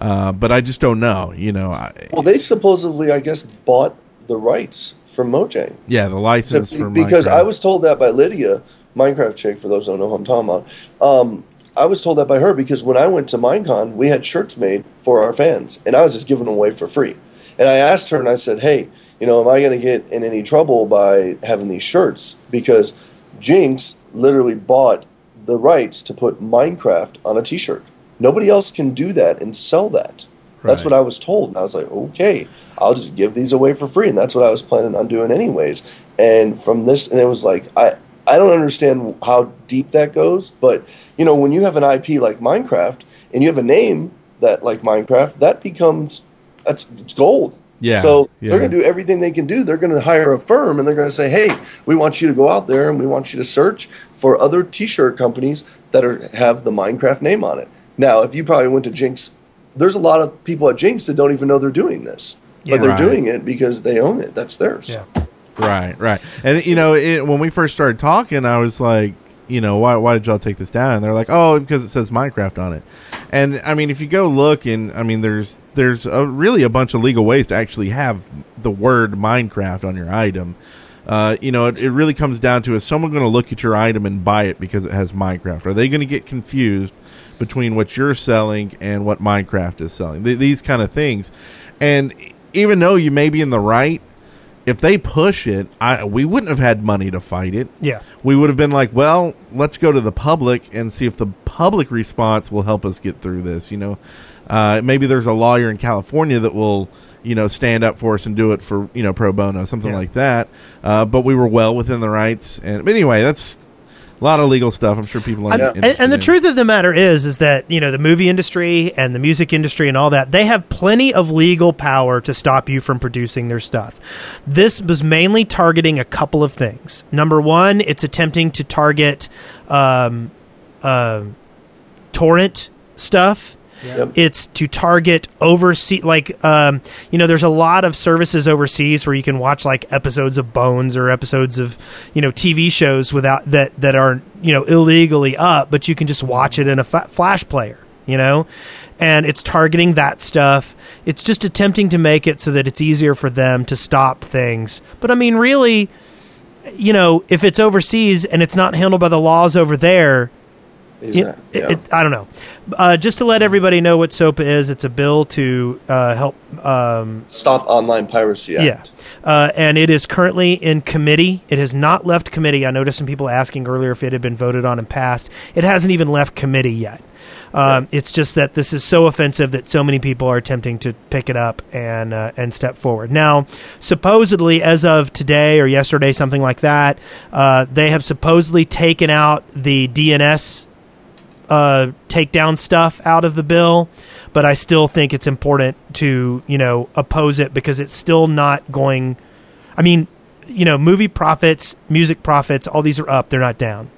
Uh, but I just don't know, you know. I, Well, they supposedly, I guess, bought the rights from Mojang. yeah, the license Except for because Minecraft. I was told that by Lydia, Minecraft chick. For those who don't know who I'm talking about, um, I was told that by her because when I went to Minecon, we had shirts made for our fans, and I was just giving them away for free. And I asked her, and I said, "Hey, you know, am I going to get in any trouble by having these shirts? Because Jinx literally bought the rights to put Minecraft on a T-shirt. Nobody else can do that and sell that." That's Right. what I was told. And I was like, okay, I'll just give these away for free. And that's what I was planning on doing anyways. And from this, and it was like, I, I don't understand how deep that goes. But, you know, when you have an IP like Minecraft and you have a name that like Minecraft, that becomes, that's it's gold. Yeah, So yeah. they're going to do everything they can do. They're going to hire a firm and they're going to say, "Hey, we want you to go out there and we want you to search for other T-shirt companies that are have the Minecraft name on it." Now, if you probably went to Jinx, there's a lot of people at Jinx that don't even know they're doing this, Yeah. but they're Right. doing it because they own it. That's theirs. Yeah. Right, right. And you know, it, when we first started talking, I was like, you know, why why did y'all take this down? And they're like, oh, because it says Minecraft on it. And I mean, if you go look, and I mean, there's there's a, really a bunch of legal ways to actually have the word Minecraft on your item. Uh, you know, it, it really comes down to is someone going to look at your item and buy it because it has Minecraft? Are they going to get confused between what you're selling and what Minecraft is selling? Th- these kind of things. And even though you may be in the right, if they push it, I, we wouldn't have had money to fight it. Yeah. We would have been like, well, let's go to the public and see if the public response will help us get through this. You know, uh, maybe there's a lawyer in California that will, you know, stand up for us and do it for, you know, pro bono, something Yeah. like that. Uh, but we were well within the rights. And but anyway, that's a lot of legal stuff. I'm sure people are. And, and, and the truth of the matter is, is that you know the movie industry and the music industry and all that they have plenty of legal power to stop you from producing their stuff. This was mainly targeting a couple of things. Number one, it's attempting to target um, um torrent stuff. Yep. It's to target overseas, like um, you know, there's a lot of services overseas where you can watch like episodes of Bones or episodes of you know TV shows without that that are you know illegally up, but you can just watch it in a fa- flash player, you know, and it's targeting that stuff. It's just attempting to make it so that it's easier for them to stop things. But I mean, really, you know, if it's overseas and it's not handled by the laws over there, yeah, Yeah. it- it- I don't know. Uh, just to let everybody know what SOPA is, it's a bill to uh, help. Um, Stop Online Piracy Act. yeah, uh, and it is currently in committee. It has not left committee. I noticed some people asking earlier if it had been voted on and passed. It hasn't even left committee yet. Um, It's just that this is so offensive that so many people are attempting to pick it up and uh, and step forward. Now, supposedly, as of today or yesterday, something like that, uh, they have supposedly taken out the DNS uh, takedown stuff out of the bill, but I still think it's important to you know oppose it because it's still not going. I mean, you know, movie profits, music profits, all these are up; they're not down.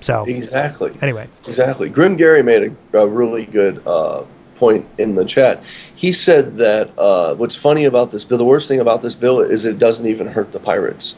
So Exactly. anyway, Exactly. Grim Gary made a, a really good uh, point in the chat. He said that uh, what's funny about this bill, the worst thing about this bill is it doesn't even hurt the pirates.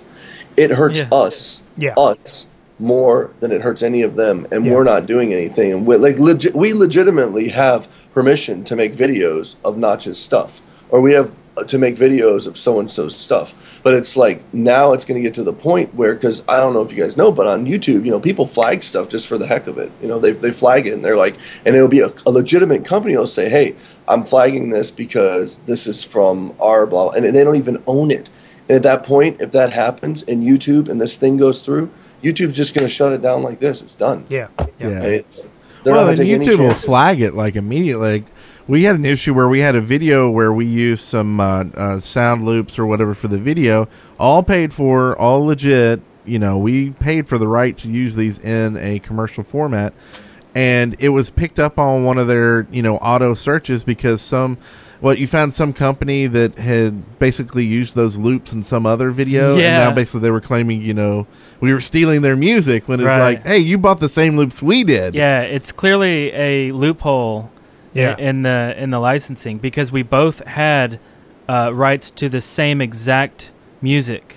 It hurts Yeah. us, Yeah. us more than it hurts any of them, and Yeah. we're not doing anything. And we like legi- we legitimately have permission to make videos of Notch's stuff, or we have uh, to make videos of so and so's stuff. But it's like now it's going to get to the point where, because I don't know if you guys know, but on YouTube, you know, people flag stuff just for the heck of it. You know, they they flag it, and they're like, and it'll be a, a legitimate company. will say, hey, I'm flagging this because this is from our blah, blah," and they don't even own it. And at that point, if that happens and YouTube and this thing goes through, YouTube's just going to shut it down like this. It's done. yeah, yeah, And it's- they're well, not and gonna take any YouTube will chances. flag it like immediately. Like, we had an issue where we had a video where we used some uh, uh, sound loops or whatever for the video, all paid for, all legit. You know, we paid for the right to use these in a commercial format, and it was picked up on one of their you know auto searches because some. Well, you found some company that had basically used those loops in some other video, and Yeah. now basically they were claiming, you know, we were stealing their music when it's Right. like, hey, you bought the same loops we did. Yeah, it's clearly a loophole yeah. in the in the licensing because we both had uh, rights to the same exact music.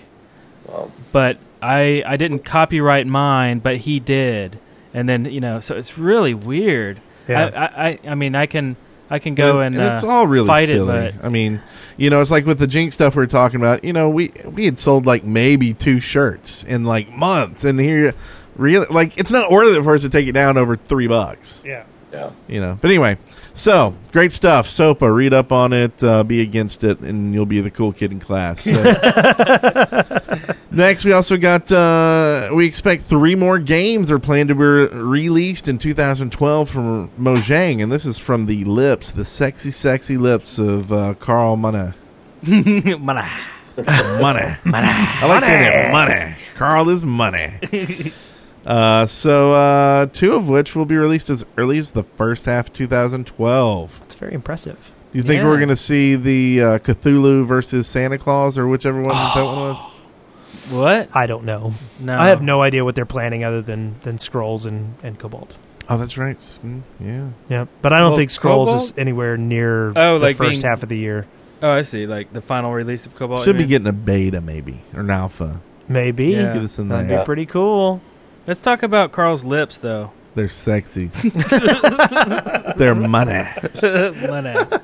But I I didn't copyright mine, but he did, and then you know, so it's really weird. Yeah. I, I I I mean I can I can go and, uh, it's all really fight silly. it, I mean, you know, it's like with the Jinx stuff we are talking about. You know, we we had sold like maybe two shirts in like months, and here, really, like it's not worth it for us to take it down over three bucks. yeah. Yeah. you know. But anyway, so great stuff. SOPA, read up on it, uh, be against it, and you'll be the cool kid in class. (laughs) So- Next, we also got uh, we expect three more games are planned to be released in 2012 from Mojang, and this is from the lips, the sexy, sexy lips of uh, Carl Mana. (laughs) Mana. Money. (laughs) money. I like saying that. Money. Carl is money. (laughs) uh, so, uh, two of which will be released as early as the first half of 2012. It's very impressive. Do you think Yeah. we're going to see the uh, Cthulhu versus Santa Claus or whichever one that (gasps) one was? What? I don't know. No. I have no idea what they're planning other than than scrolls and and cobalt. Oh, that's right. S- mm, Yeah. Yeah, but I don't Well, think scrolls is Cobalt? anywhere near Oh, the like first being- half of the year. Oh, I see. Like the final release of Cobalt. Should you be mean? getting a beta, maybe, or an alpha. Maybe Yeah. Get us in that'd there. be pretty cool. Let's talk about Carl's lips, (laughs) though. They're sexy. (laughs) They're money. Mana. (laughs)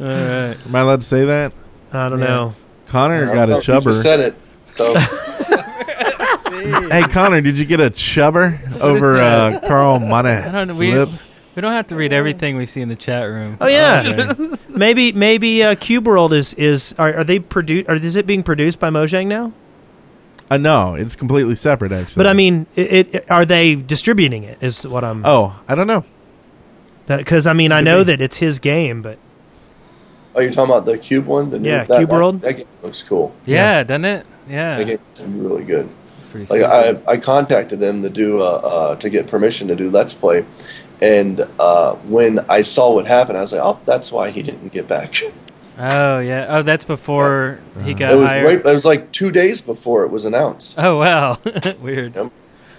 All right. Am I allowed to say that? I don't Yeah. know. Connor got a I don't know, you just chubber. said it. So oh, Hey Connor, did you get (laughs) a chubber over uh, Carl I don't know. Monah's We, lips? we don't have to read everything we see in the chat room. Oh yeah, maybe maybe uh, Cube World is is are, are they produced? Are is it being produced by Mojang now? Uh, no, it's completely separate actually. But I mean, it, it are they distributing it? Is what I'm oh, I don't know. because I mean I Could know be. that it's his game, but Oh, you're talking about the cube one? The new- Yeah, that, Cube that- World. That, game looks cool. Yeah, doesn't it? That Yeah. game looks really good. It's pretty Like sweet. I, I contacted them to do uh, uh, to get permission to do Let's Play, and uh, when I saw what happened, I was like, oh, that's why he didn't get back. oh, yeah. Oh, that's before Uh, he got (laughs) it was hired. right. It was like two days before it was announced. Oh, wow. (laughs) Weird.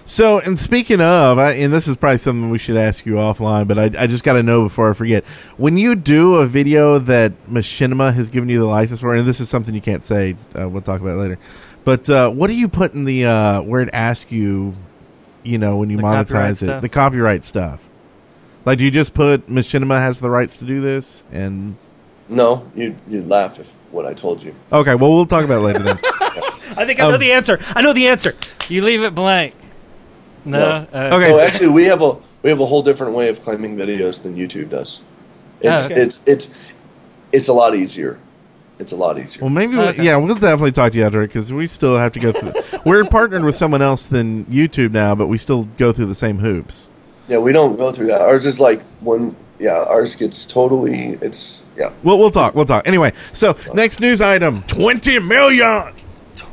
So, and speaking of, I, and this is probably something we should ask you offline, but I, I just got to know before I forget. When you do a video that Machinima has given you the license for, and this is something you can't say, uh, we'll talk about it later. But uh, what do you put in the uh, where it asks you, you know, when you The copyright monetize it, stuff? the copyright stuff? Like, do you just put Machinima has the rights to do this? And No, you'd you'd laugh if what I told you. okay, well, we'll talk about it later then. I think I know the answer. I know the answer. You leave it blank. No. Uh, Okay, No, actually, we have a we have a whole different way of claiming videos than YouTube does. It's okay. it's it's it's a lot easier. It's a lot easier. Well, maybe Okay. we, yeah, we'll definitely talk to you after it because we still have to go (laughs) through. we're partnered with someone else than YouTube now, but we still go through the same hoops. Yeah, we don't go through that. Ours is like when yeah, ours gets totally it's yeah. We'll, we'll talk. We'll talk. Anyway, so next news item: twenty million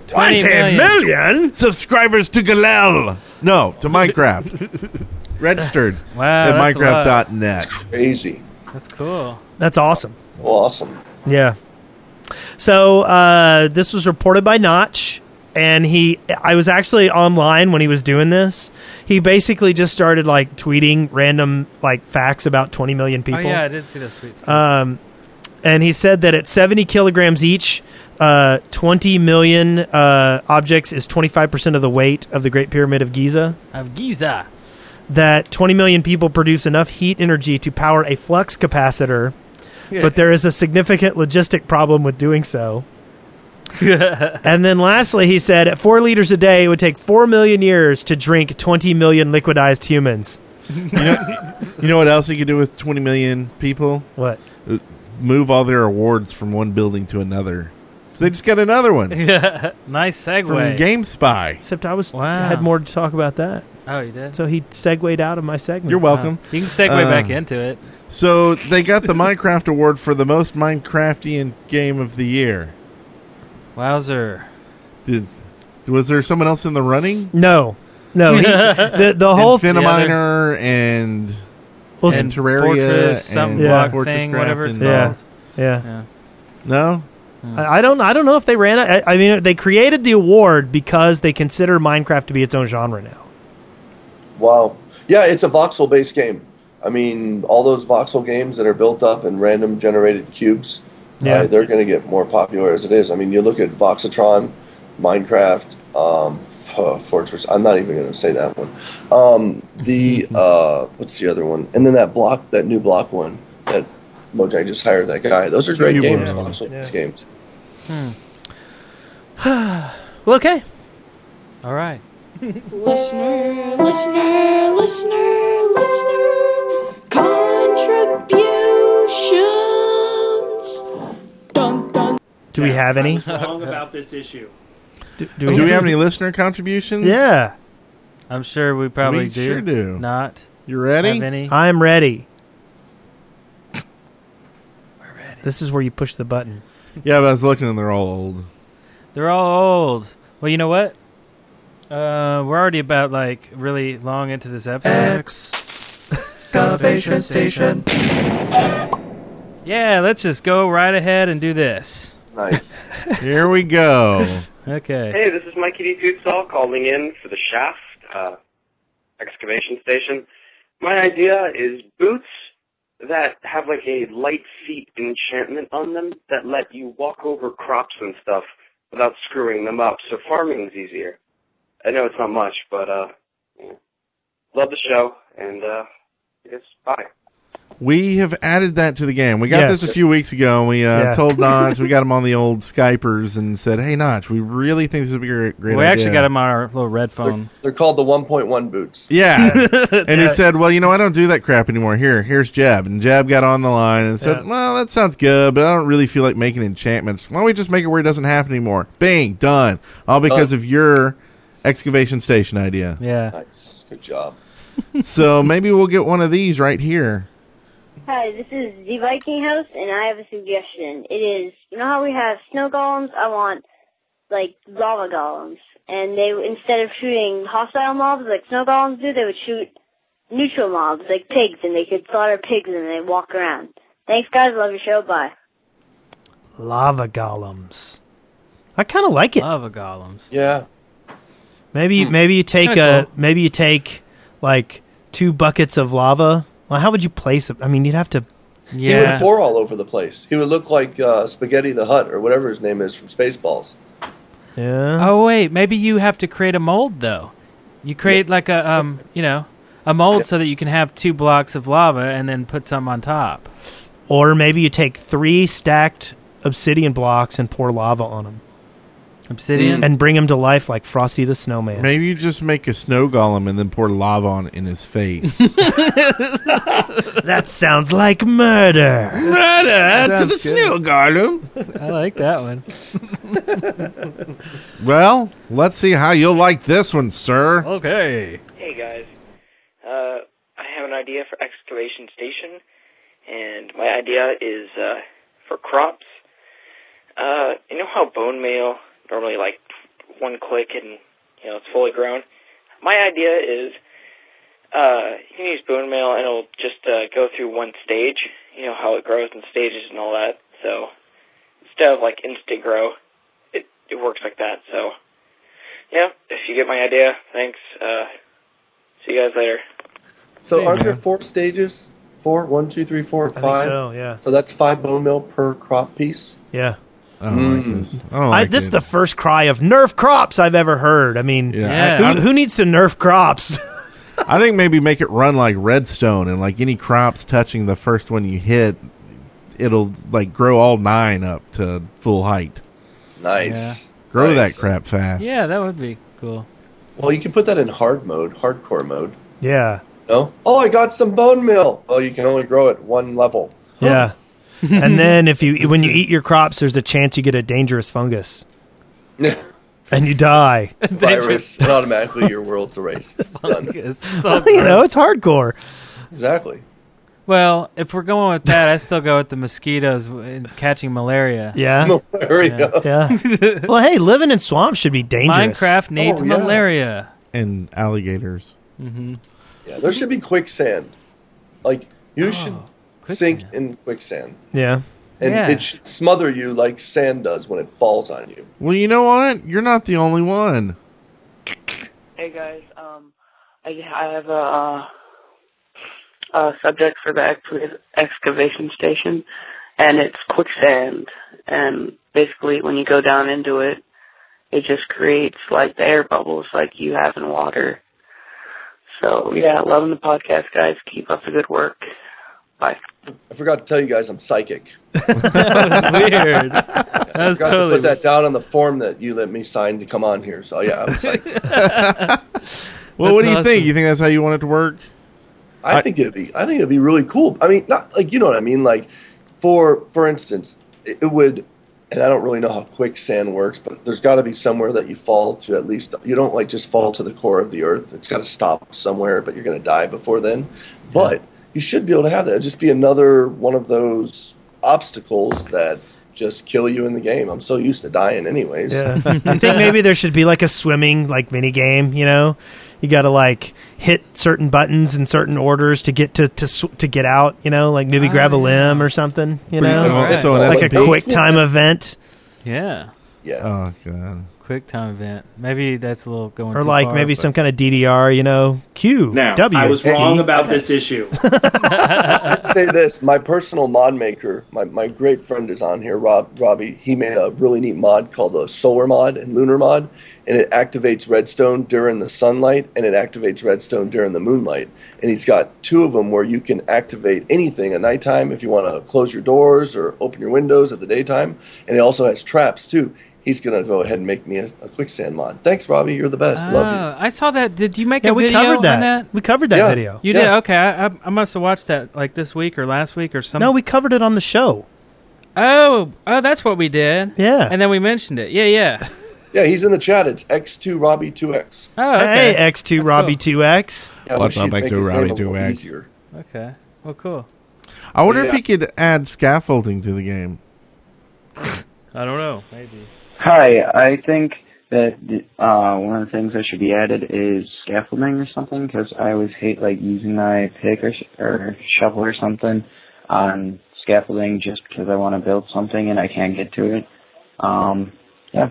20 million. million. subscribers to Galil. No, to Minecraft. (laughs) Registered Wow, at that's a lot. Minecraft.net. Crazy. That's cool. Oh, That's awesome. Well, awesome. Yeah. So uh, this was reported by Notch, and he. I was actually online when he was doing this. He basically just started like tweeting random like facts about 20 million people. Oh, yeah. I did see those tweets. too. Uh, Um, and he said that at 70 kilograms each, uh, 20 million uh, objects is 25% of the weight of the Great Pyramid of Giza. of Giza. That 20 million people produce enough heat energy to power a flux capacitor, but there is a significant logistic problem with doing so. and then lastly, he said at four liters a day, it would take 4 million years to drink 20 million liquidized humans. You know what else you could do with twenty million people? What? Move all their awards from one building to another. So they just got another (laughs) one nice segue. from GameSpy. Except I was Wow. I had more to talk about that. oh, you did? So he segued out of my segment. You're welcome. You can segue Uh, back into it. So they got the Minecraft award for the most Minecraftian game of the year. Wowzer. Did was there someone else in the running? No, no. (laughs) He, the the whole And thing. Finaminer and, Well, and sp- Terraria Fortress, some and block Fortress thing, Craft whatever it's and- uh, yeah, yeah. Yeah. No, I I don't. I don't know if they ran. it. I, I mean, they created the award because they consider Minecraft to be its own genre now. Wow. Yeah, it's a voxel based game. I mean, all those voxel games that are built up in random generated cubes, Yeah. uh, they're going to get more popular as it is. I mean, you look at Voxatron, Minecraft, um, (sighs) F- uh, Fortress. I'm not even going to say that one. Um, the uh, what's the other one? And then that block, that new block one that Mojang just hired that guy. Those are great Cube games, World. voxel-based games. Well, okay. All right. Listener, listener, listener, listener, Do we have any? wrong about this issue. Do, Do we have any listener contributions? Yeah, I'm sure we probably we do. sure do. Not You ready? have any. I'm ready. This is where you push the button. Yeah, but I was looking and they're all old. They're all old. Well, you know what? Uh, we're already about like really long into this episode. Excavation station. Yeah, let's just go right ahead and do this. Nice. Here we go. Okay. Hey, this is Mikey D. Tootsall calling in for the shaft uh, excavation station. My idea is boots that have like a light feet enchantment on them that let you walk over crops and stuff without screwing them up, so farming's easier. I know it's not much, but uh, yeah. love the show, and uh, I guess bye. We have added that to the game. We got Yes. this a few weeks ago, and we uh, Yeah. told Notch. we got him on the old Skypers and said, "Hey, Notch, we really think this would be a great, great we actually idea." got him on our little red phone. They're called the 1.1 boots. Yeah, and he said, "Well, you know, I don't do that crap anymore. Here, here's Jeb." And Jeb got on the line and said, Yeah. "Well, that sounds good, but I don't really feel like making enchantments. Why don't we just make it where it doesn't happen anymore? Bang, done. All because of your excavation station (laughs) idea. Yeah. Nice. Good job. so maybe we'll get one of these right here. Hi, this is the Viking House, and I have a suggestion. It is you know how we have snow golems. I want like lava golems, and they instead of shooting hostile mobs like snow golems do, they would shoot neutral mobs like pigs, and they could slaughter pigs and they walk around. Thanks, guys. Love your show. Bye. Lava golems. I kind of like it. Lava golems. Yeah. Maybe you maybe you take Kinda a maybe you take like two buckets of lava. Well, how would you place it? I mean, you'd have to. He would Yeah. pour all over the place. He would look like uh, Spaghetti the Hut or whatever his name is from Spaceballs. Yeah. Oh wait, maybe you have to create a mold though. You create like a um, you know, a mold so that you can have two blocks of lava and then put some on top. Or maybe you take three stacked obsidian blocks and pour lava on them Obsidian. and bring them to life like Frosty the Snowman. Maybe you just make a snow golem and then pour lava on in his face. (laughs) That sounds like murder. Murder to the Sounds good. snow golem. I like that (laughs) one. Well, let's see how you'll like this one, sir. Okay. Hey guys, uh, I have an idea for excavation station, and my idea is uh, for crops. Uh, you know how bone meal normally like one click and you know it's fully grown. My idea is uh, you can use bone meal and it'll just uh, go through one stage. You know how it grows in stages and all that. So instead of like instant grow, it it works like that. So yeah, if you get my idea, thanks. Uh, see you guys later. So aren't there four stages? Four, one, two, three, four, I five. think so. Yeah. So that's five bone meal per crop piece. Yeah. I don't like this. I don't I, like this is it. the first cry of nerf crops I've ever heard. I mean, Yeah. Yeah. who, who needs to nerf crops? (laughs) I think maybe make it run like redstone and like any crops touching the first one you hit, it'll like grow all nine up to full height. Nice. Grow Nice. that crap fast. Yeah, that would be cool. Well, you can put that in hard mode, hardcore mode. yeah. No? Oh, I got some bone meal. Oh, you can only grow at (laughs) one level. Yeah. (laughs) and then if you when you eat your crops, there's a chance you get a dangerous fungus and you die. (laughs) Virus, and automatically your world's erased. Done. (laughs) you know, it's hardcore. Exactly. (laughs) Well, if we're going with that, I still go with the mosquitoes w- and catching malaria. Yeah. Malaria. (laughs) Yeah. well, hey, living in swamps should be dangerous. Minecraft needs Oh, yeah. malaria. And alligators. Yeah, there should be quicksand. Like Oh, you should sink quicksand. in quicksand, Yeah. and Yeah. it should smother you like sand does when it falls on you. Well, you know what? You're not the only one. Hey guys, um, I, I have a, uh, a subject for the ex- excavation station, and it's quicksand. And basically, when you go down into it, it just creates like the air bubbles like you have in water. So yeah, loving the podcast, guys. Keep up the good work. Bye. I forgot to tell you guys (laughs) I'm psychic. (laughs) Weird. That was forgot to totally put that down on the form that you let me sign to come on here. So yeah, (laughs) I'm psychic. Well, That's what do you think? awesome. You think that's how you want it to work? I think it'd be I think it'd be really cool. I mean, not like you know what I mean. Like for for instance, it, it would and I don't really know how quicksand works, but there's got to be somewhere that you fall to at least. You don't like just fall to the core of the earth. It's got to stop somewhere, but you're going to die before then. But you should be able to have that. It'd just be another one of those obstacles that just kill you in the game. I'm so used to dying, (laughs) anyways. Yeah. I think maybe there should be like a swimming like mini game. You know, you got to like hit certain buttons in certain orders to get to to sw- to get out. You know, like maybe Ah. grab a limb or something. You Pretty know, cool. Oh, Alright. So like a that's a quick big- time event, Yeah. Yeah. Oh god. Quick time event. Maybe that's a little going. or too like far, maybe but- some kind of DDR. You know, Q Now, W. I was wrong about this. this. This issue. I'd say this: my personal mod maker, my, my great friend is on here, Rob Robbie. He made a really neat mod called the Solar Mod and Lunar Mod, and it activates redstone during the sunlight and it activates redstone during the moonlight. And he's got two of them where you can activate anything at nighttime if you want to close your doors or open your windows at the daytime. And he also has traps too. He's gonna go ahead and make me a, a quicksand mod. Thanhanks, Robbie. You're the best. Love you. Oh, I saw that. Did you make Yeah, a we video covered that. on that? We covered that Yeah. video. You did? Yeah. Okay. I, I, I must have watched that like this week or last week or something. No, we covered it on the show. Oh, oh, that's what we did. Yeah. And then we mentioned it. Yeah, (laughs) yeah. Yeah, he's in the chat. It's X2 Robbie 2X. Oh, okay. Hey, X two That's Robbie cool. two X. Yeah, we What's up, should make X2 his name Robbie a little 2X? Okay. Well, cool. I wonder Yeah. if he could add scaffolding to the game. I don't know. Maybe. Hi, I think that uh, one of the things that should be added is scaffolding or something because I always hate like using my pick or, sh- or shovel or something on scaffolding just because I want to build something and I can't get to it. Um, yeah.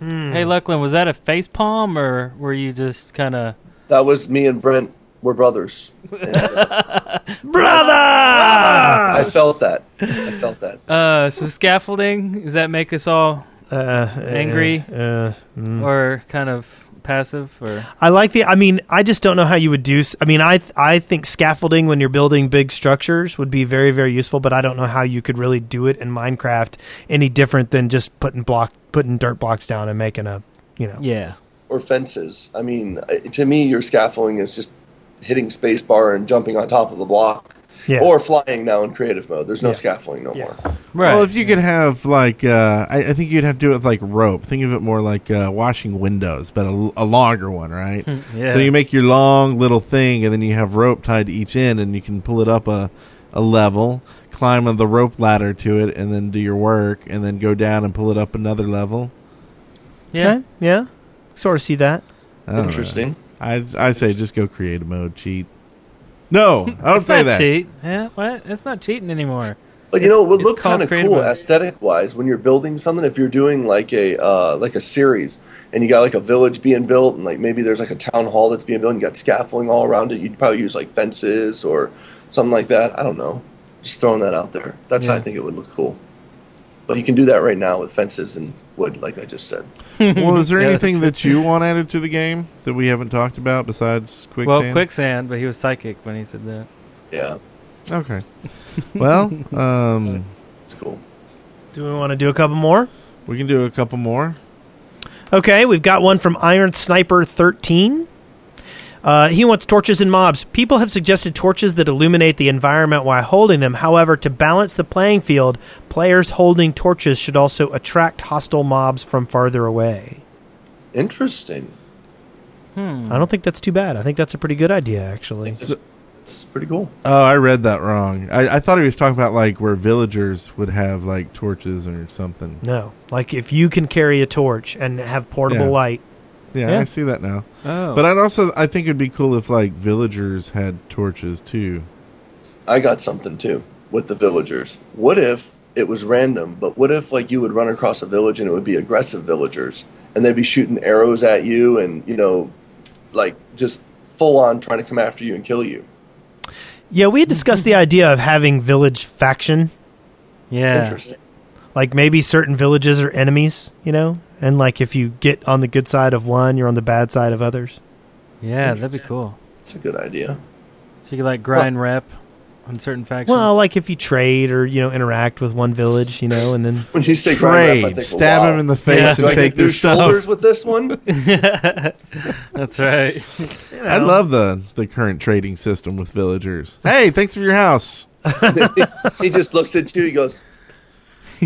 Hmm. Hey, Luckland, was that a face palm or were you just kind of? That was me and Brent. We're brothers. Brother! I felt that. I felt that. Uh, so scaffolding does that make us all angry uh, mm. or kind of passive or? I like the. I mean, I just don't know how you would do. s- I mean, I th- I think scaffolding when you're building big structures would be very very useful, but I don't know how you could really do it in Minecraft any different than just putting block putting dirt blocks down and making a you know. Yeah. Or fences. I mean, I- to me, your scaffolding is just hitting spacebar and jumping on top of the block. Yeah. Or flying now in creative mode. There's no scaffolding no more. Well, if you could have like, uh, I, I think you'd have to do it with like rope. Think of it more like uh, washing windows, but a, a longer one, right? Hmm, Yeah. So you make your long little thing, and then you have rope tied to each end, and you can pull it up a, a level, climb on the rope ladder to it, and then do your work, and then go down and pull it up another level. Yeah. yeah. Sort of see that. I don't know. Interesting. I I say just go creative mode, cheat. (laughs) No, I don't It's say not that. Cheat. Yeah. What? It's not cheating anymore. But you know, it would It's look called kind of creative cool mode. aesthetic wise when you're building something. If you're doing like a uh, like a series and you got like a village being built, and like maybe there's like a town hall that's being built, and you got scaffolding all around it. You'd probably use like fences or something like that. I don't know. Just throwing that out there. That's how I Yeah. think it would look cool. But you can do that right now with fences and wood, like I just said. well, is (laughs) there Yeah, anything that you want added to the game that we haven't talked about besides quicksand? Well, quicksand, but he was psychic when he said that. Yeah. Okay. (laughs) Well, um, it's cool. Do we want to do a couple more? We can do a couple more. Okay, we've got one from Iron Sniper 13. Uh, he wants torches and mobs. People have suggested torches that illuminate the environment while holding them. However, to balance the playing field, players holding torches should also attract hostile mobs from farther away. Interesting. Hmm. I don't think that's too bad. I think that's a pretty good idea, actually. It's pretty cool. Oh, I read that wrong. I, I thought he was talking about like where villagers would have like torches or something. No, like if you can carry a torch and have portable Yeah. light. Yeah, Yeah. I see that now. Oh. But I'd also I think it'd be cool if like villagers had torches too. I got something too with the villagers. What if it was random, but what if like you would run across a village and it would be aggressive villagers and they'd be shooting arrows at you and you know like just full on trying to come after you and kill you. Yeah, we had discussed the idea of having village faction. Yeah. Interesting. Like maybe certain villages are enemies, you know? And like if you get on the good side of one, you're on the bad side of others. Yeah, that'd be cool. It's a good idea. So you could like grind rep on certain factions. Well, like if you trade or, you know, interact with one village, you know, and then When you say Trade. grind rap, I think, Stab wow. him in the face Do and I get take new their stuff. (laughs) shoulders with this one? (laughs) That's right. I love the the current trading system with villagers. Hey, thanks for your house. he just looks at you. He goes,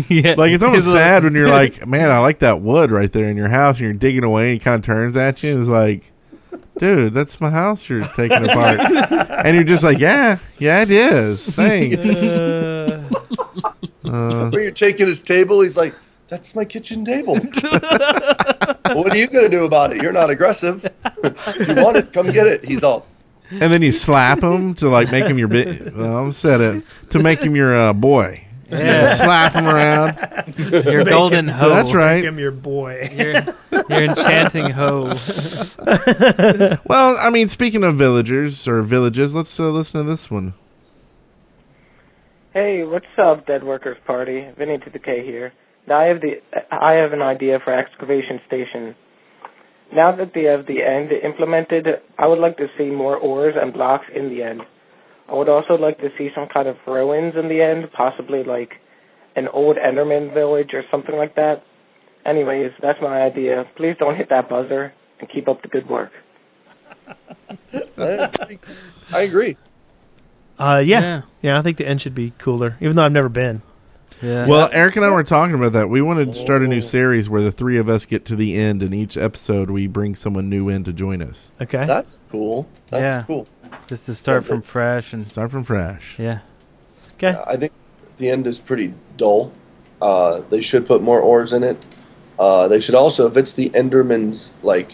yeah. (laughs) Like it's (laughs) almost He's like- sad when (laughs) you're like, man, I like that wood right there in your house, and you're digging away, and he kind of turns at you and is like, dude, that's my house you're taking apart, and you're just like, yeah, yeah, it (laughs) is. Thanks. Uh, Where you're taking his table, he's like, "That's my (laughs) kitchen table." what are you gonna do about it? You're not aggressive. (laughs) you want it? Come get it. He's all. and then you slap him to like make him your bit. Well, I said it to make him your uh, boy. Yeah. slap him around. Your Make golden him- hoe. That's right. Make him your boy. Your- your enchanting (laughs) hoe. well, I mean, speaking of villagers or villages, let's uh, listen to this one. Hey, what's up, Dead Workers Party? Vinny to the K here. Now I have the I have an idea for excavation station. Now that they have the end implemented, I would like to see more ores and blocks in the end. I would also like to see some kind of ruins in the end, possibly like an old Enderman village or something like that. Anyways, that's my idea. Please don't hit that buzzer and keep up the good work. I agree. Uh, yeah. Yeah. yeah, I think the end should be cooler, even though I've never been. Yeah. Oh. Well, Eric and I were talking about that. We want to start a new series where the three of us get to the end, and each episode we bring someone new in to join us. okay, that's cool. That's Yeah. cool. Just to start from fresh and start from fresh. Yeah. Okay. I think the end is pretty dull. Uh, they should put more ores in it. Uh, they should also, if it's the Enderman's, like,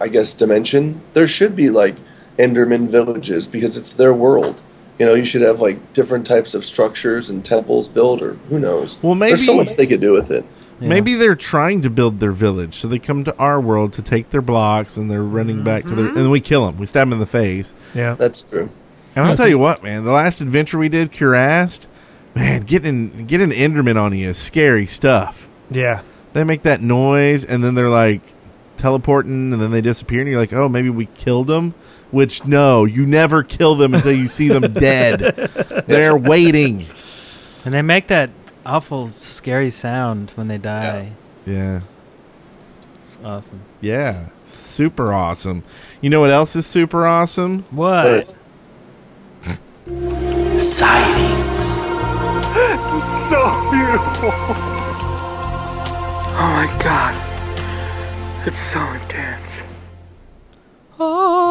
I guess, dimension, there should be, like, Enderman villages because it's their world. You know, you should have, like, different types of structures and temples built, or who knows. Well, There's so maybe- much they could do with it. Maybe they're trying to build their village, so they come to our world to take their blocks, and they're running back to their. Mm-hmm. And we kill them. We stab them in the face. Yeah, that's true. And I'll tell you what, man, the last adventure we did, Curast, man, getting getting an Enderman on you is scary stuff. Yeah. They make that noise, and then they're like teleporting, and then they disappear, and you're like, oh, maybe we killed them. Which no, you never kill them until you see them dead. They're waiting. And they make that awful scary sound when they die. Yeah. It's awesome. Yeah, super awesome. You know what else is super awesome? What? Sightings. It's so beautiful. Oh my god. It's so intense. Oh.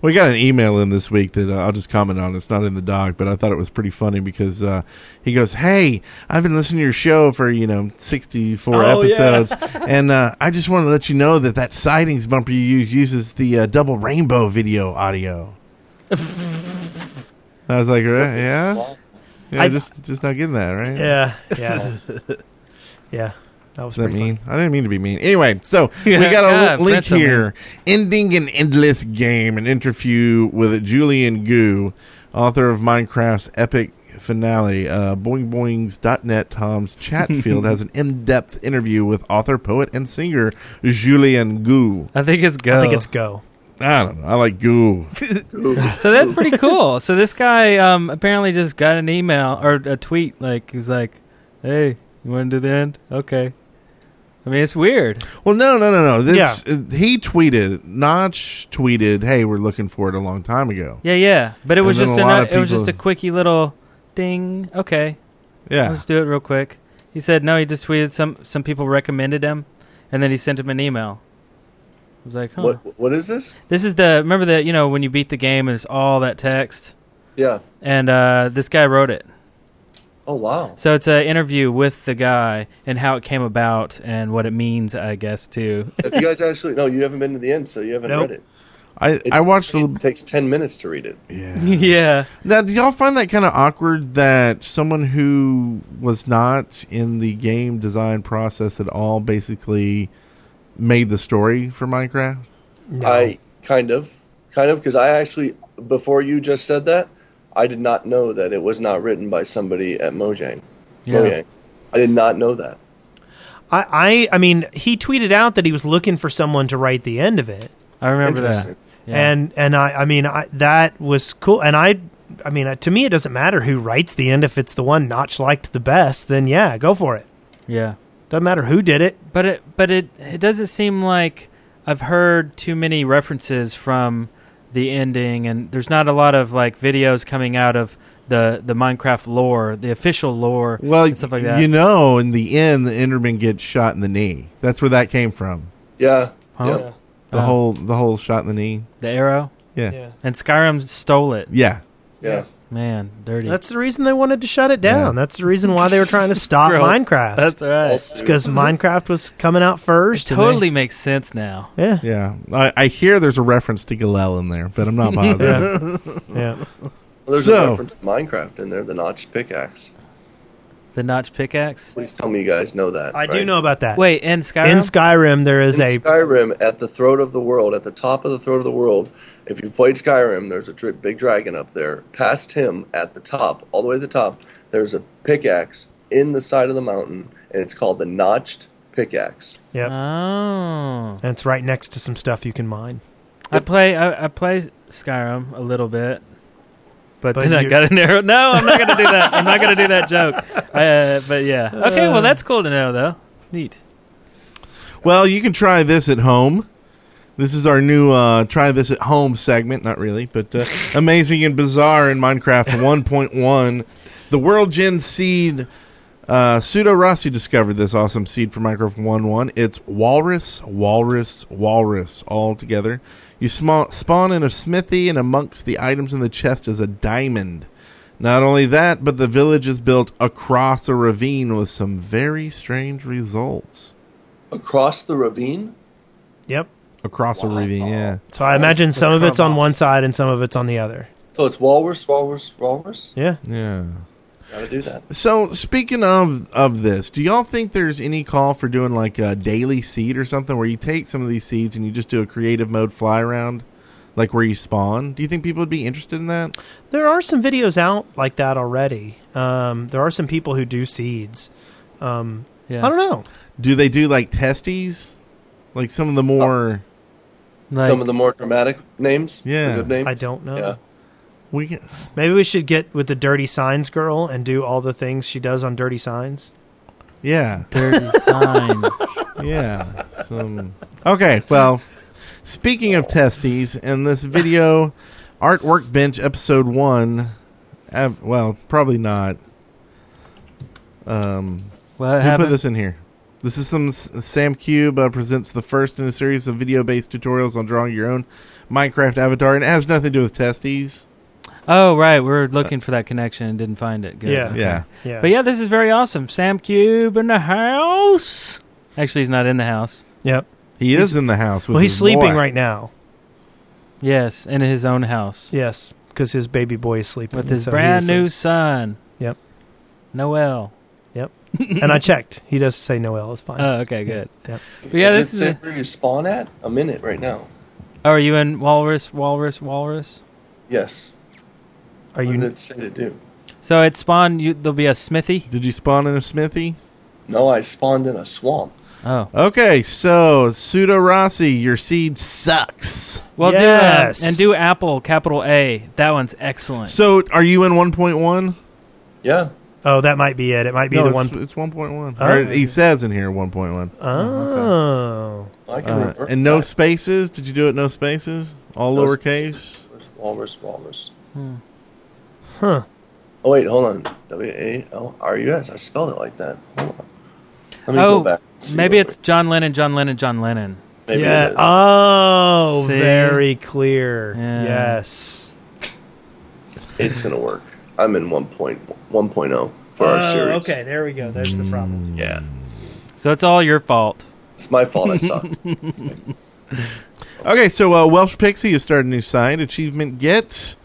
We got an email in this week that uh, I'll just comment on. It's not in the doc, but I thought it was pretty funny because uh, he goes, "Hey, I've been listening to your show for you know sixty four Oh, yeah. (laughs) episodes, and uh, I just want to let you know that that sightings bumper you use uses the uh, double rainbow video (laughs) audio." I was like, "Right, "Yeah, yeah, I- just just not getting that right." Yeah, yeah, (laughs) yeah. That was Does that pretty mean? I didn't mean to be mean. Anyway, (laughs) so we Yeah, got a yeah, li- link print something. here. Ending an endless game, an interview with Julian Goo, author of Minecraft's epic finale. Uh, BoingBoings.net, (laughs) Tom's Chatfield has an in-depth interview with author, poet, and singer Julian Goo. I think it's go. I Oh. think it's go. I don't know. I like Goo. so that's pretty cool. So this guy um, apparently just got an email or a tweet. Like he's like, "Hey, you want to do the end? Okay." I mean, it's weird. Well, no, no, no, no. This uh, he tweeted. Notch tweeted, "Hey, we're looking for it a long time ago." Yeah, yeah. But it And was then just a a lot not, of it was just a people- quickie little ding. Okay. Yeah. Let's do it real quick. He said no. He just tweeted some some people recommended him, and then he sent him an email. I was like, huh. What, what is this? This is the remember that you know when you beat the game and it's all that text. Yeah. And uh, this guy wrote it. (laughs) Oh, wow. So it's an interview with the guy and how it came about and what it means, I guess, too. If you guys actually, no, you haven't been to the end, so you haven't Nope. read it. I I watched the It takes 10 minutes to read it. (laughs) Yeah. yeah. Now, do y'all find that kind of awkward that someone who was not in the game design process at all basically made the story for Minecraft? I kind of, kind of, because I actually before you just said that, I did not know that it was not written by somebody at Mojang. Yeah. Mojang. I did not know that. I, I, I mean, he tweeted out that he was looking for someone to write the end of it. I remember that. Interesting. Yeah. And and I, I mean, I, that was cool. And I, I mean, uh, to me, it doesn't matter who writes the end. If it's the one Notch liked the best, then yeah, go for it. Yeah. Doesn't matter who did it. But it but it it doesn't seem like I've heard too many references from the ending and there's not a lot of like videos coming out of the the Minecraft lore, the official lore, well, and stuff like that. You know, in the end, the Enderman gets shot in the knee. That's where that came from. Yeah. Huh? Yeah. The Oh. whole the whole shot in the knee. the arrow. Yeah. And Skyrim stole it. Yeah. Yeah. Man, dirty. That's the reason they wanted to shut it down. That's the reason why they were (laughs) trying to stop Gross. Minecraft. That's right. because Minecraft was coming out first. and they- totally makes sense now. (laughs) Yeah. Yeah. I, I hear there's a reference to Galel in there, but (laughs) I'm not positive. Yeah. Well, there's So- a reference to Minecraft in there, the notched pickaxe. The notch pickaxe. Please tell me you guys know that. I do right? know about that. Wait, in Skyrim? In Skyrim, there is in a Skyrim at the throat of the world, at the top of the throat of the world. If you've played Skyrim, there's a dri big dragon up there. Past him, at the top, all the way to the top, there's a pickaxe in the side of the mountain, and it's called the Notched Pickaxe. Yep. Uh. Oh. And it's right next to some stuff you can mine. I play I, I play Skyrim a little bit, but, But then I you- (laughs) got an arrow. No, I'm not gonna do that. I'm not gonna do (laughs) that joke. Uh, but yeah, okay. Well, that's cool to know though. Neat. Well, you can try this at home. This is our new uh, try this at home segment. Not really, but uh, amazing and bizarre in Minecraft 1.1. The World Gen Seed. Uh, Pseudo Rossi discovered this awesome seed for Minecraft 1.1. It's walrus, walrus, walrus, all together. You sma- spawn in a smithy, and amongst the items in the chest is a diamond. Not only that, but the village is built across a ravine with some very strange results. Across the ravine? Yep. Across a ravine, yeah. So I imagine some of it's on one side and some of it's on the other. So it's walrus, walrus, walrus? Yeah. Yeah. Gotta do that. So speaking of of this, do y'all think there's any call for doing like a daily seed or something where you take some of these seeds and you just do a creative mode fly around, like where you spawn? Do you think people would be interested in that? There are some videos out like that already. Um, there are some people who do seeds. Um, I don't know. Do they do like testes? Like some of the more Some of the more dramatic names? the Yeah. good names? I don't know. Yeah. we can, Maybe we should get with the Dirty Signs girl and do all the things she does on Dirty Signs. yeah. Dirty sign. (laughs) yeah. Some. Okay. Well, speaking of testes, in this video, Art Workbench episode one. ev- well, probably not. Um, What who put happened? this in here? This is some S- Sam Cube uh, presents the first in a series of video-based tutorials on drawing your own Minecraft avatar, and it has nothing to do with testes. Oh right, we are looking for that connection and didn't find it. Good. Yeah. okay. Yeah. Yeah. But yeah, this is very awesome. Sam Cube in the house. Actually, he's not in the house. Yep. He is in the house. With well, he's his sleeping boy. right now. Yes, in his own house Yes, because his baby boy is sleeping with his so he brand is new asleep. son. Yep. Noel. (laughs) Yep. and I checked. He does say Noel is fine. Oh, okay, good. Yep. But yeah, Does this it is. say a- where you spawn at? I'm in it right now. oh, are you in Walrus? Walrus? Walrus? Yes. Are you? What did it say to do? So at spawn, you, there'll be a smithy. Did you spawn in a smithy? No, I spawned in a swamp. Oh. Okay, so pseudo Rossi, your seed sucks. Well, Yes. do uh, and do Apple capital A. That one's excellent. So, are you in 1.1? Yeah. Oh, that might be it. It might be no, the it's, one. Uh-huh. It's 1.1. Oh. Or he says in here 1.1. Oh. I can Uh, revert and no spaces? Did you do it no spaces? All Uh-huh. No lowercase? Walrus, walrus. Hmm. Huh. Oh wait, hold on. W A L R U S. I spelled it like that. Hold on. Let me oh, go back. and see maybe what it's John Lennon, John Lennon, John Lennon. we- maybe yeah. it is. uh, Oh, See? very clear. Yes. it's gonna work. I'm in 1.1.0 for our series. Oh, okay, there we go. That's the problem. Yeah. So it's all your fault. It's my fault. (laughs) I suck. Okay, so uh, Welsh Pixie has started a new site, Achievement Get.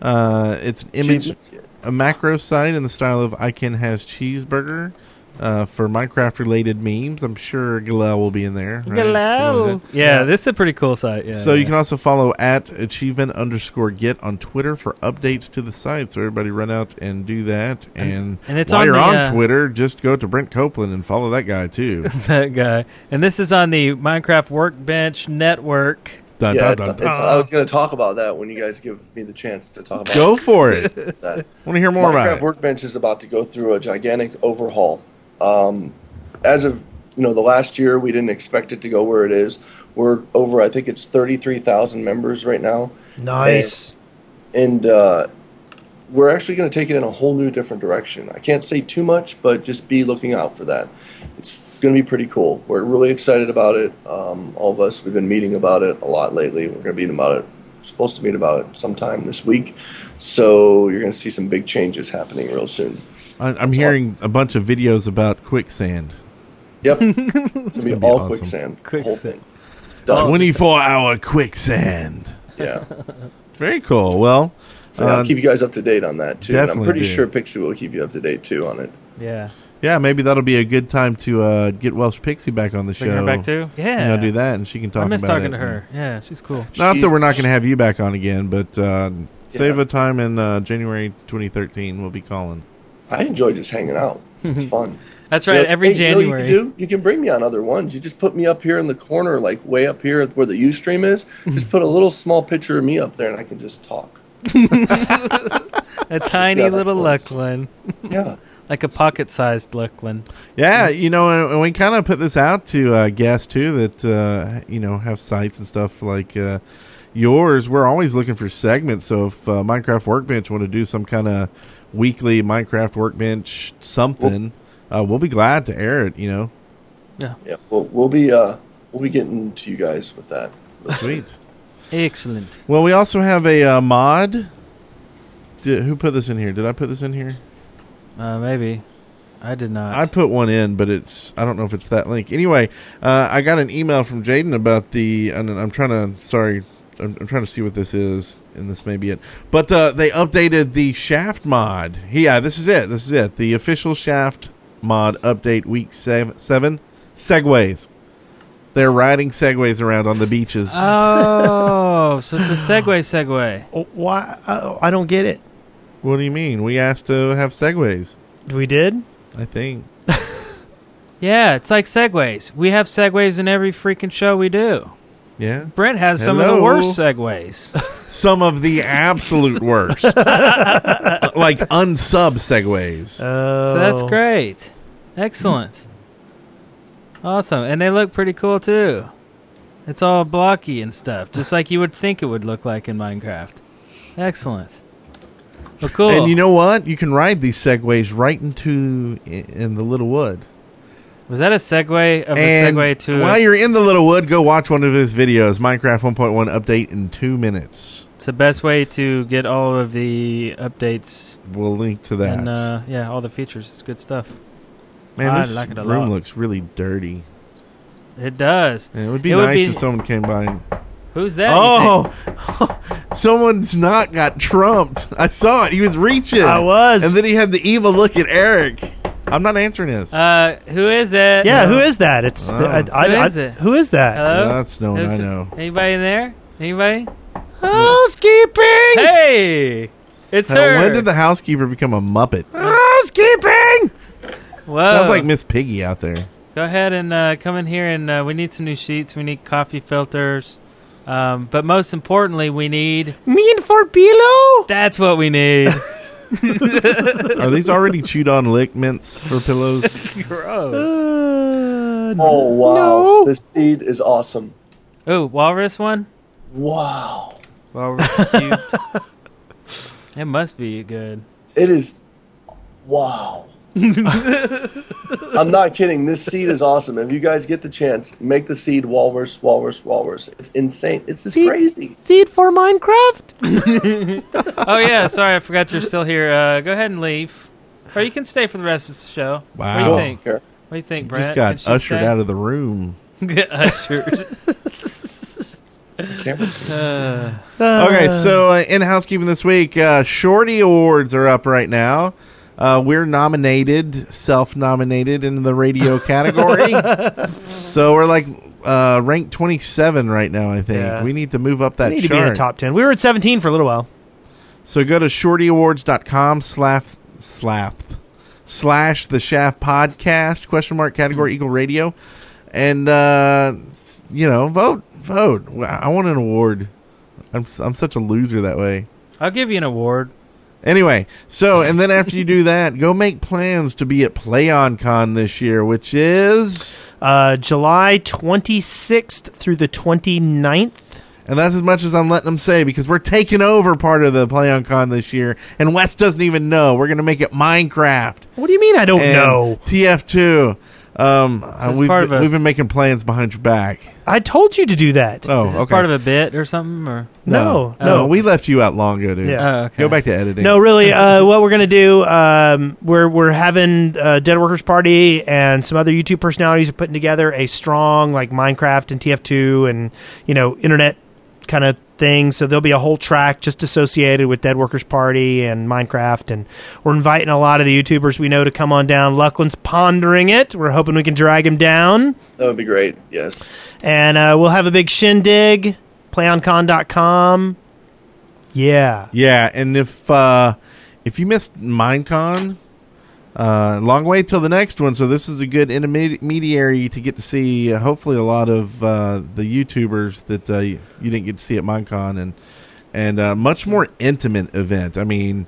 Uh, it's an image, Achievement Get. a macro site in the style of I Can Has Cheeseburger uh, for Minecraft related memes. I'm sure Galel will be in there. right? Something like Hello. that. Yeah, this is a pretty cool site. Yeah. so you can also follow at achievement underscore get on Twitter for updates to the site. So everybody run out and do that. And, and it's while on you're the, on uh, Twitter, just go to Brent Copeland and follow that (laughs) guy too. that guy. And this is on the Minecraft Workbench Network. Dun, yeah, dun, it's, dun, it's, dun. I was gonna talk about that when you guys give me the chance to talk about. Go for it. Want that. to hear more Minecraft about it? Workbench is about to go through a gigantic overhaul. Um, as of you know, the last year we didn't expect it to go where it is. We're over, I think it's thirty-three thousand members right now, Nice. and uh, we're actually going to take it in a whole new different direction. I can't say too much, but just be looking out for that. It's going to be pretty cool. We're really excited about it. Um, all of us, we've been meeting about it a lot lately. We're going to meet about it. We're supposed to meet about it sometime this week. So you're going to see some big changes happening real soon. I, I'm hearing a bunch of videos about quicksand. (laughs) Yep. it's going to be gonna be all awesome. quicksand. the Whole thing. Oh. Done. 24 hour quicksand. Yeah. Very cool. Well, So yeah, uh, I'll keep you guys up to date on that too. And I'm definitely pretty do. sure Pixie will keep you up to date too on it. Yeah. yeah, maybe that'll be a good time to uh, get Welsh Pixie back on the Bring show. her back too. Yeah. You know, do that, and she can talk I miss about talking to it. her. Yeah, she's cool. Not that we're not going to have you back on again, but uh, save a time in uh, January 2013. We'll be calling. I enjoy just hanging out. (laughs) It's fun. That's right, every hey, you know what January. you, can do? you can bring me on other ones. You just put me up here in the corner, like way up here where the (laughs) Ustream is. Just put a little small picture of me up there, and I can just talk. A tiny Yeah, that little works. Lachlan. Yeah. like a pocket sized Lachlan. Yeah, you know, and- and we kind of put this out to uh, guests too that uh, you know have sites and stuff like uh, yours. We're always looking for segments. So if uh, Minecraft Workbench want to do some kind of weekly Minecraft Workbench something, uh, we'll be glad to air it. You know, Yeah. Yeah. We'll, we'll be uh, we'll be getting to you guys (laughs) with that. Sweet. Excellent. Well, we also have a uh, mod. Did, who put this in here? Did I put this in here? Uh, maybe. I did not. I put one in, but it's I don't know if it's that link. Anyway, uh, I got an email from Jaden about the. And I'm trying to. Sorry, I'm, I'm trying to see what this is, and this may be it. But uh, they updated the Shaft mod. Yeah, this is it. This is it. The official Shaft mod update week seven. seven segways. They're riding segways around on the beaches. (laughs) Uh, Oh, so it's a segue segue. Why? I, I don't get it. What do you mean? We asked to have segways. We did. I think. Yeah, it's like segways. We have segways in every freaking show we do. Yeah. Brent has some of the Hello. worst segways. some of the (laughs) absolute worst, like unsub segues. So Oh, that's great. Excellent. awesome. And they look pretty cool too. It's all blocky and stuff, just like you would think it would look like in Minecraft. Excellent. Well, cool. And you know what? You can ride these segways right into i- in the little wood. was that a segue of And a segue to? while you're in the little wood, go watch one of his videos. Minecraft 1.1 update in two minutes. it's the best way to get all of the updates We'll link to that. and uh, yeah, all the features. It's good stuff. Man, I this like it a room lot. looks really dirty. It does. And it would be nice if someone came by. And, Who's that? you oh, (laughs) think? someone's not got trumped. I saw it. He was reaching. I was. and then he had the evil look at Eric. I'm not answering this. Uh, who is it? Yeah, who is that? It's Wow. I, I, Who I- is it? Who is that? Hello? That's no one Who's Oh, I it? know. Anybody in there? Anybody? Housekeeping. Hey, it's Uh, her. When did the housekeeper become a muppet? Housekeeping. Whoa. Sounds like Miss Piggy out there. Go ahead and uh, come in here, and uh, we need some new sheets. We need coffee filters, um, but most importantly, we need. Me and for pillow. That's what we (laughs) need. Are these already chewed on lick mints for pillows? (laughs) Uh, Gross. Oh wow, this seed is awesome. Oh, walrus one. Wow, Walrus (laughs) cubed. it must be good. it is. Wow. I'm not kidding. This seed is awesome. If you guys get the chance, make the seed walrus, walrus, walrus. It's insane. It's just crazy. Seed for Minecraft. Oh yeah, sorry, I forgot you're still here. Uh, go ahead and leave, or you can stay for the rest of the show. What do Wow. you think? What do you think, Brad? Just got (laughs) ushered out of the room. Get ushered. Uh, okay, so uh, in housekeeping this week, uh, Shorty Awards are up right now. Uh, we're nominated, self-nominated in (laughs) the radio category. so we're like uh, ranked 27 right now. I think Yeah. we need to move up that. we need to be chart. in the top ten. We were at seventeen for a little while. So go to shortyawards.com slash slash slash the shaft podcast question mark Mm-hmm. category eagle radio and uh s- you know vote vote Wow, I want an award I'm s- I'm such a loser that way I'll give you an award. Anyway, so and then after you do that, go make plans to be at PlayOnCon this year, which is Uh, July 26th through the 29th. And that's as much as I'm letting them say because we're taking over part of the Play on Con this year, and Wes doesn't even know. We're gonna make it Minecraft. What do you mean I don't And know? TF2. Um, uh, is we've part of been, us. we've been making plans behind your back. I told you to do that. Oh, Is this okay. part of a Oh. bit or something? Or No, no, Oh, no. we left you out long ago, dude. Yeah. Oh, okay. Go back to editing. No, really. Uh, what we're gonna do? Um, we're we're having uh, Dead Workers Party and some other YouTube personalities are putting together a strong like Minecraft and TF2 and you know internet kind of thing. So there'll be a whole track just associated with Dead Workers Party and Minecraft, and we're inviting a lot of the YouTubers we know to come on down. Luckland's pondering it. We're hoping we can drag him down That would be great. Yes. and uh, we'll have a big shindig. PlayOnCon.com. Yeah. Yeah, and if uh if you missed Minecon, uh long way till the next one, so this is a good intermediary to get to see uh, hopefully a lot of uh the YouTubers that uh, you, you didn't get to see at Minecon and and uh much more intimate event. I mean,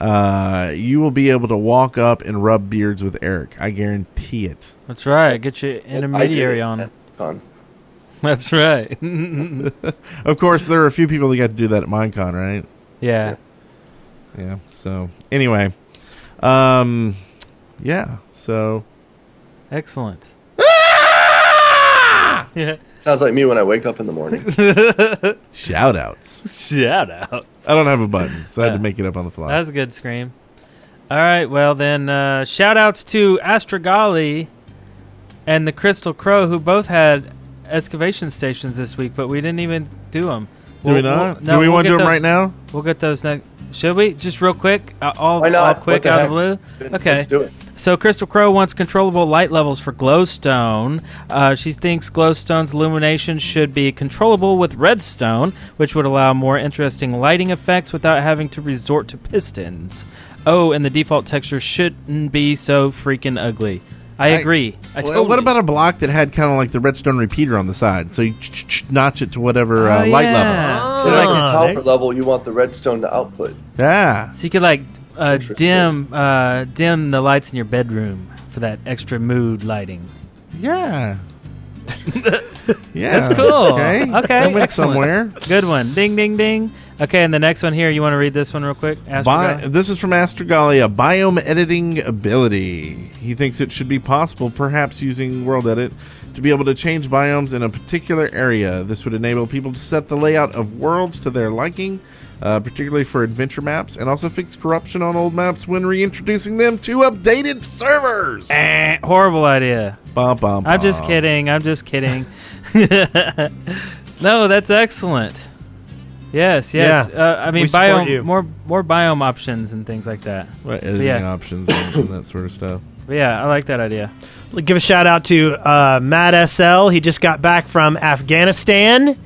uh you will be able to walk up and rub beards with Eric. I guarantee it. That's right. Get your intermediary on it. That's right. (laughs) of course, there are a few people that got to do that at Minecon, right? Yeah. Yeah. So anyway, um, yeah. So excellent. Ah! (laughs) Sounds like me when I wake up in the morning. (laughs) shout outs. Shout out. I don't have a button, so I had to make it up on the fly. That was a good scream. All right, well then, uh, shout outs to Astragali and the Crystal Crow, who both had excavation stations this week, but we didn't even do them. Did we not? Do we wanna do 'em right now? We'll get those next. Should we? Just real quick, uh, all, Why not? all quick What the out of heck? the blue. Let's Okay, do it. So Crystal Crow wants controllable light levels for glowstone. Uh, she thinks glowstone's illumination should be controllable with redstone, which would allow more interesting lighting effects without having to resort to pistons. Oh, and the default texture shouldn't be so freaking ugly. I agree. I, Well, totally What about a block that had kind of like the redstone repeater on the side? So you ch- ch- notch it to whatever uh, Oh, light yeah. level. So Ah, like a there- power level, you want the redstone to output. Yeah. So you could like uh, dim uh, dim the lights in your bedroom for that extra mood lighting. (laughs) Yeah. yeah. That's cool. Uh, Okay. Okay. That went excellent. somewhere. Good one. Ding, ding, ding. Okay, and the next one here, you want to read this one real quick? Bi- Astronaut? this is from Astrogalia. Biome editing ability. He thinks it should be possible, perhaps using World Edit, to be able to change biomes in a particular area. This would enable people to set the layout of worlds to their liking, uh, particularly for adventure maps, and also fix corruption on old maps when reintroducing them to updated servers. Eh, horrible idea. Bum, bum, I'm just bum. kidding. I'm just kidding. (laughs) (laughs) no, that's excellent. Yes, yes. Yeah. Uh, I mean, We support biome, you. more more biome options and things like that. Right, But editing yeah, options and, and that sort of stuff. But yeah, I like that idea. Give a shout out to uh, Matt SL. He just got back from Afghanistan.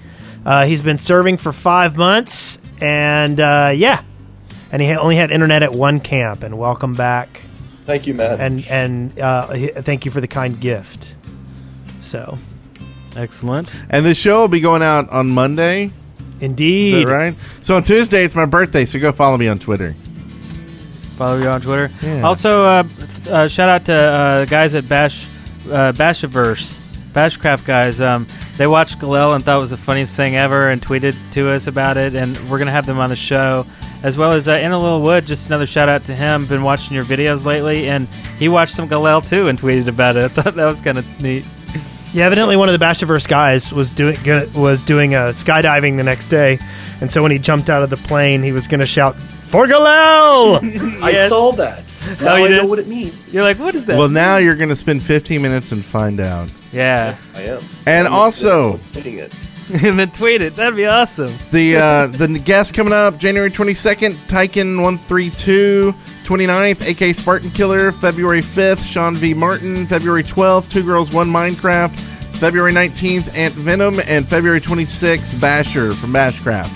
Uh, he's been serving for five months, and uh, yeah, and he ha- only had internet at one camp. And welcome back, Thank you, Matt. and and uh, h- thank you for the kind gift. So excellent. And the show will be going out on Monday. Indeed. Is that right? So on Tuesday, it's my birthday, so go follow me on Twitter. Follow you on Twitter. Yeah. Also, uh, th- uh, shout out to uh, guys at Bash, uh, Bashiverse, Bashcraft guys. Um, they watched Galil and thought it was the funniest thing ever, and tweeted to us about it. And we're gonna have them on the show, as well as uh, In a Little Wood. Just another shout out to him. Been watching your videos lately, and he watched some Galil too and tweeted about it. (laughs) I thought that was kind of neat. Yeah, evidently one of the Bashiverse guys was doing gonna, was doing uh, skydiving the next day, and so when he jumped out of the plane, he was going to shout for Galil. I saw that. Now you I know didn't. what it means. You're like, what is Well, now you're going to spend 15 minutes and find out. Yeah. (laughs) I am. And also, Hitting it. and then tweet it. That'd be awesome. the uh, the guest coming up January 22nd, Tyken 132, 29th, AK Spartan Killer, February 5th, Sean V. Martin, February 12th, Two Girls, One Minecraft, February 19th, Ant Venom, and February 26th, Basher from Bashcraft.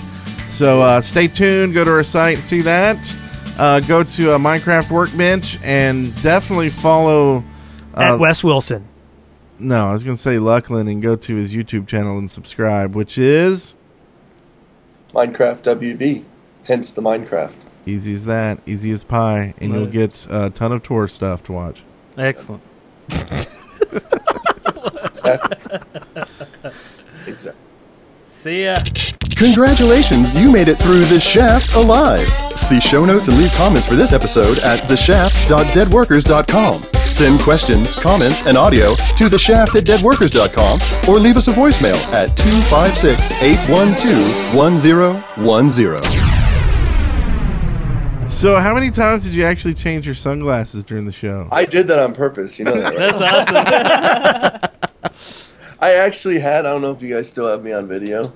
So uh, stay tuned, go to our site, see that. Uh, go to uh, Minecraft Workbench and definitely follow. At uh, Wes Wilson. No, I was going to say Luckland and go to his YouTube channel and subscribe, which is Minecraft WB, hence the Minecraft. easy as that, easy as pie, and you'll Right. get a ton of tour stuff to watch. Excellent. (laughs) exactly. See ya. Congratulations, you made it through The Shaft alive. See show notes and leave comments for this episode at theshaft.deadworkers.com. Send questions, comments, and audio to theshaft at deadworkers.com or leave us a voicemail at 256 812 1010. So, how many times did you actually change your sunglasses during the show? I did that on purpose. You know that, right? (laughs) I actually had, I don't know if you guys still have me on video,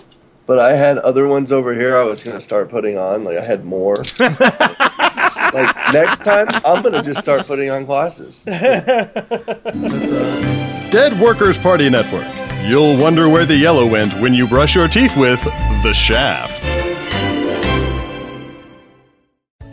but I had other ones over here I was going to start putting on. Like, I had more. like, next time, I'm going to just start putting on glasses. Dead Workers Party Network. You'll wonder where the yellow went when you brush your teeth with The Shaft.